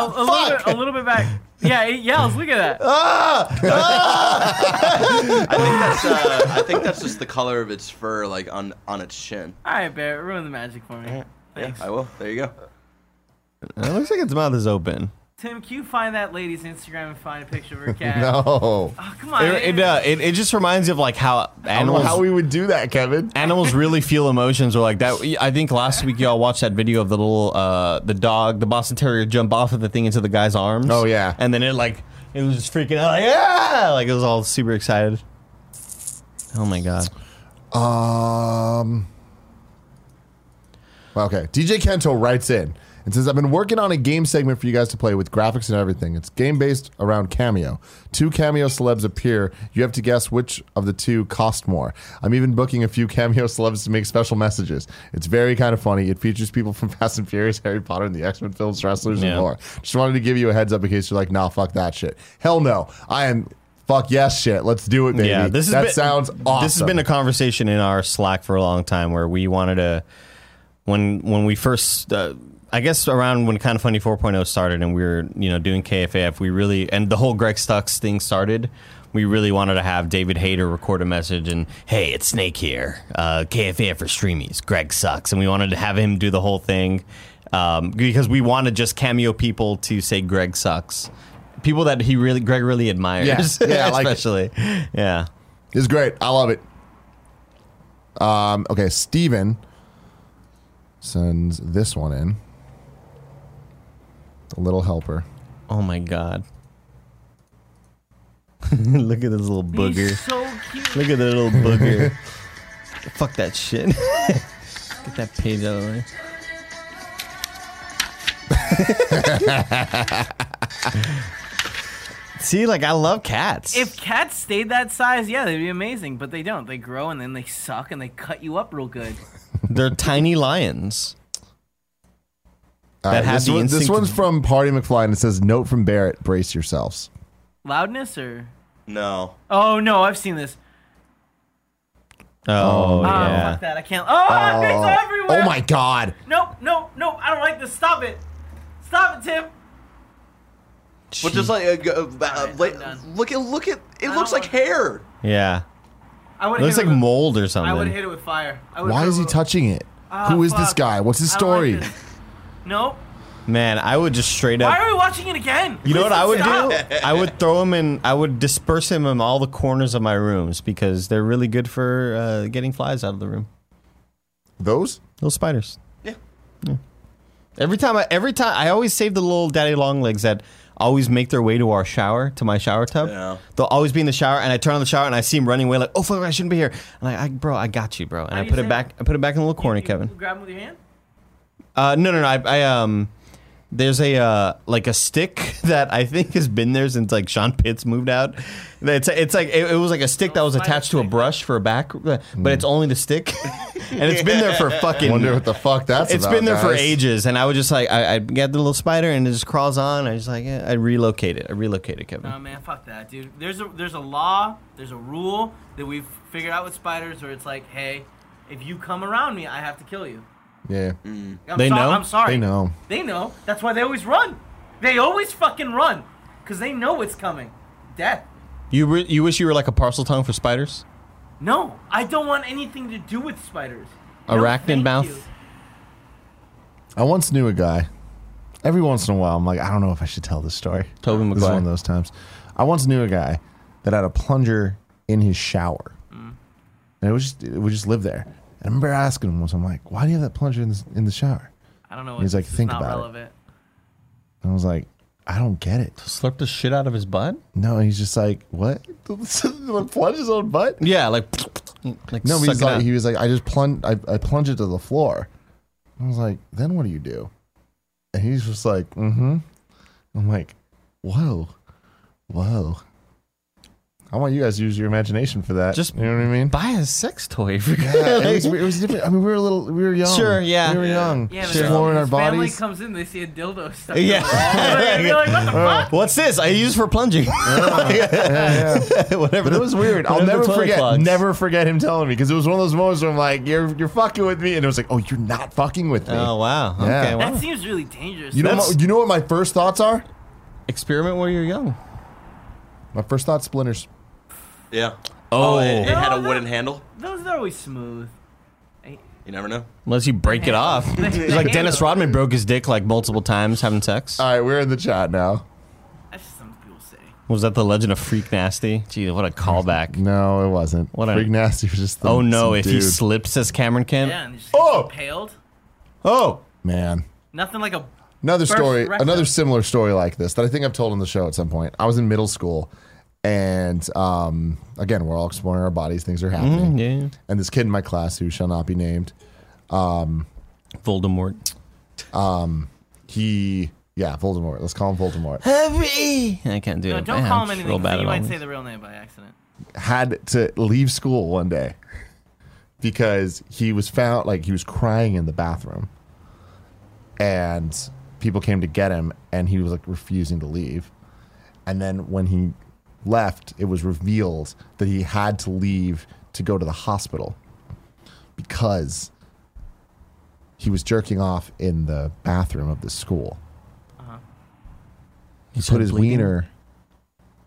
a, a little bit, a little bit back. Yeah, he yells. Look at that.
That's, uh, I think that's just the color of its fur, like on on its chin.
All right, Bear, ruin the magic for me.
Yeah, I will. There you go.
It looks like its mouth is open.
Tim, can you find that lady's Instagram and find a picture of her cat?
No.
Oh, come on.
It it, uh, it, it just reminds you of like how
I don't know
animals
how we would do that, Kevin.
animals really feel emotions or like that. I think last week y'all watched that video of the little uh the dog, the Boston Terrier jump off of the thing into the guy's arms.
Oh, yeah.
and then it like it was just freaking out like yeah, like it was all super excited. Oh my god.
Um. Okay. DJ Kento writes in and says, I've been working on a game segment for you guys to play with graphics and everything. It's game based around Cameo. Two Cameo celebs appear. You have to guess which of the two cost more. I'm even booking a few Cameo celebs to make special messages. It's very kind of funny. It features people from Fast and Furious, Harry Potter, and the X Men films, wrestlers,
Yeah.
and more. Just wanted to give you a heads up in case you're like, nah, fuck that shit. Hell no. I am. Fuck yes, shit. Let's do it, baby.
Yeah, this has
that
been-
sounds awesome.
This has been a conversation in our Slack for a long time where we wanted to when when we first uh, I guess around when Kind of Funny 4.0 started and we were you know doing KFAF, we really and the whole Greg Stux thing started. We really wanted to have David Hayter record a message and hey, it's Snake here, uh, KFAF for streamies. Greg sucks, and we wanted to have him do the whole thing um, because we wanted just cameo people to say Greg sucks, people that he really Greg really admires.
Yeah, yeah, I like it.
especially yeah.
It's great. I love it. Um, okay, Steven sends this one in. A little helper.
Oh my god. Look at this little booger.
He's so cute.
Look at that little booger. Fuck that shit. Get that page out of the way. See, like I love cats.
If cats stayed that size, yeah, they'd be amazing. But they don't. They grow and then they suck and they cut you up real good.
They're tiny lions.
All
That had
this,
the
one- this
instinct
one's
to-
from Party McFly, and it says, "Note from Barrett: Brace yourselves."
Loudness or?
No.
Oh no, I've seen this.
Oh,
Oh,
Oh,
yeah.
fuck that. I can't. Oh, it's everywhere.
oh my god!
No, no, no. I don't like this. Stop it. Stop it, Tim.
But just like uh, go- uh,
right,
like,
I'm done.
look at look at it
I
looks
don't
like hair.
Yeah.
I would
It looks like mold or something.
I would hit it with fire. I would've
Why
hit
is
it
he
with-
touching it?
Ah,
Who is this
fuck.
guy? What's his
I don't
story?
Like this. nope.
Man, I would just straight up
Why are we watching it again?
You know
Please
what I would
stop.
do? I would throw him in. I would disperse him in all the corners of my rooms because they're really good for uh, getting flies out of the room.
Those?
Little spiders.
Yeah.
Every time, I, every time, I always save the little daddy long legs that always make their way to our shower, to my shower tub.
Yeah.
They'll always be in the shower, and I turn on the shower and I see him running away like, oh fuck, I shouldn't be here. And I, I bro, I got you, bro. And
How
I
do you
put it
save
back. I put it back in the little corner,
You
Kevin.
Grab him with your hand.
Uh, no, no, no. I, I um, there's a uh, like a stick that I think has been there since like Sean Pitts moved out. It's it's like it, it was like a stick that was
Oh, Spider
attached to a
stick.
brush for a back, uh, but it's only the stick, and it's been there for fucking.
Hmm. Wonder what the fuck that's.
it's
about,
been there for
guys.
ages, and I would just like I, I get the little spider and it just crawls on. I just like yeah, I relocate it. I relocate it, Kevin.
No Oh, man, fuck that, dude. There's a there's a law, there's a rule that we've figured out with spiders where it's like, hey, if you come around me, I have to kill you.
Yeah,
I'm
They know?
I'm sorry.
they know.
They know. That's why they always run. They always fucking run, cause they know it's coming. Death.
you re- you wish you were like a parcel tongue for spiders.
No, I don't want anything to do with spiders. No,
Arachnid
thank
mouth?
you.
I once knew a guy. Every once in a while, I'm like, I don't know if I should tell this story.
Toby
This is
Maguire.
one of those times. I once knew a guy that had a plunger in his shower, and it was just, it would just live there. And I remember asking him once, I'm like, "Why do you have that plunger in the, in the shower?"
I don't know.
He's
it's-
like,
it's
"Think
not
about it."
relevant.
And I was like, "I don't get it."
Slurp the shit out of his butt.
No, and he's just like, "What? plunge his own butt?"
Yeah, like like
No, but
suck
he's
it out.
like, he was like, I just plunge, I, I plunge it to the floor. I was like, then what do you do? And he's just like, mm-hmm. I'm like, whoa, whoa. I want you guys to use your imagination for that.
Just
you know what I mean.
Buy a sex toy. For
Yeah, it, was, it was different. I mean, we were a little, we were young.
Sure, yeah.
we were young,
Yeah, but
exploring our
his family
bodies.
comes in, they see a dildo stuck. in
Yeah.
the wall. They're like, what the fuck?
What's this? I use for plunging. Ah, Whatever.
But it was weird. I'll
whatever
never
toilet
forget.
clogs.
Never forget him telling me because it was one of those moments where I'm like, "You're you're fucking with me," and it was like, "Oh, you're not fucking with me."
Oh wow.
Yeah.
Okay.
That
Wow.
seems really dangerous.
you know,
that's-
what, you know what my first thoughts are?
Experiment while you're young.
My first thought splinters.
Yeah.
Oh.
it, it had a
No, no.
wooden handle.
Those are always smooth.
You never know.
Unless you break it off. It's like Dennis Rodman broke his dick like multiple times having sex.
All right, we're in the chat now.
That's just something people say.
Was that the legend of Freak Nasty? Gee, what a callback.
No, it wasn't.
What a-
Freak nasty was just. The,
Oh no,
some
if he
dude.
slips, says Cameron Kemp.
Yeah, and just
Oh!
oh. paled.
Oh.
man.
Nothing like a.
Another
First
story,
record.
another similar story like this that I think I've told on the show at some point. I was in middle school, and um, again, we're all exploring our bodies. Things are happening,
Mm-hmm, Yeah.
and this kid in my class who shall not be named,
Voldemort.
he, yeah, Voldemort. Let's call him Voldemort.
Heavy. I can't do
No,
it.
don't
Man, I'm
call him
real
anything. 'cause
bad at
You
all
might say
this.
the real name by accident.
had to leave school one day because he was found like he was crying in the bathroom and people came to get him and he was like refusing to leave and then when he left it was revealed that he had to leave to go to the hospital because he was jerking off in the bathroom of the school he put
said
his
bleeding?
wiener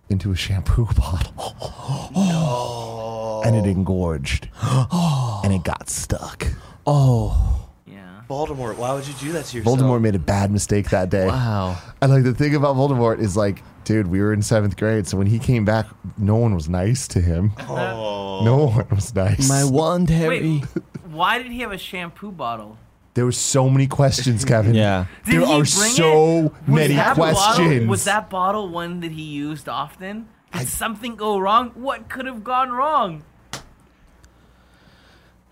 into a shampoo bottle and
Oh.
it engorged and it got stuck.
Yeah.
Voldemort, why would you do that to yourself?
Voldemort made a bad mistake that day.
Wow.
And like the thing about Voldemort is like, dude, we were in seventh grade, so when he came back, no one was nice to him.
Oh.
No one was nice.
My wand, Harry.
Wait, why did he have a shampoo bottle?
there were so many questions, Kevin.
Yeah.
Did
there
he
are
bring
so
it? Was
many
that
questions.
Bottle, was that bottle one that he used often? Did something go wrong? What could have gone wrong?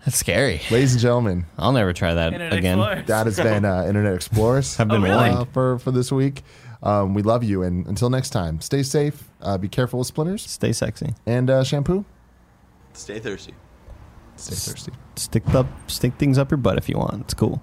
That's scary.
Ladies and gentlemen,
I'll never try that
Internet
again.
Explorers.
that has been uh, Internet Explorers.
I've been
Oh, really?
uh, for for this week. Um, we love you, and until next time, stay safe. Uh, be careful with splinters
Stay sexy.
and uh, shampoo.
Stay thirsty.
Stay thirsty.
Stick up, stick things up your butt if you want. It's cool.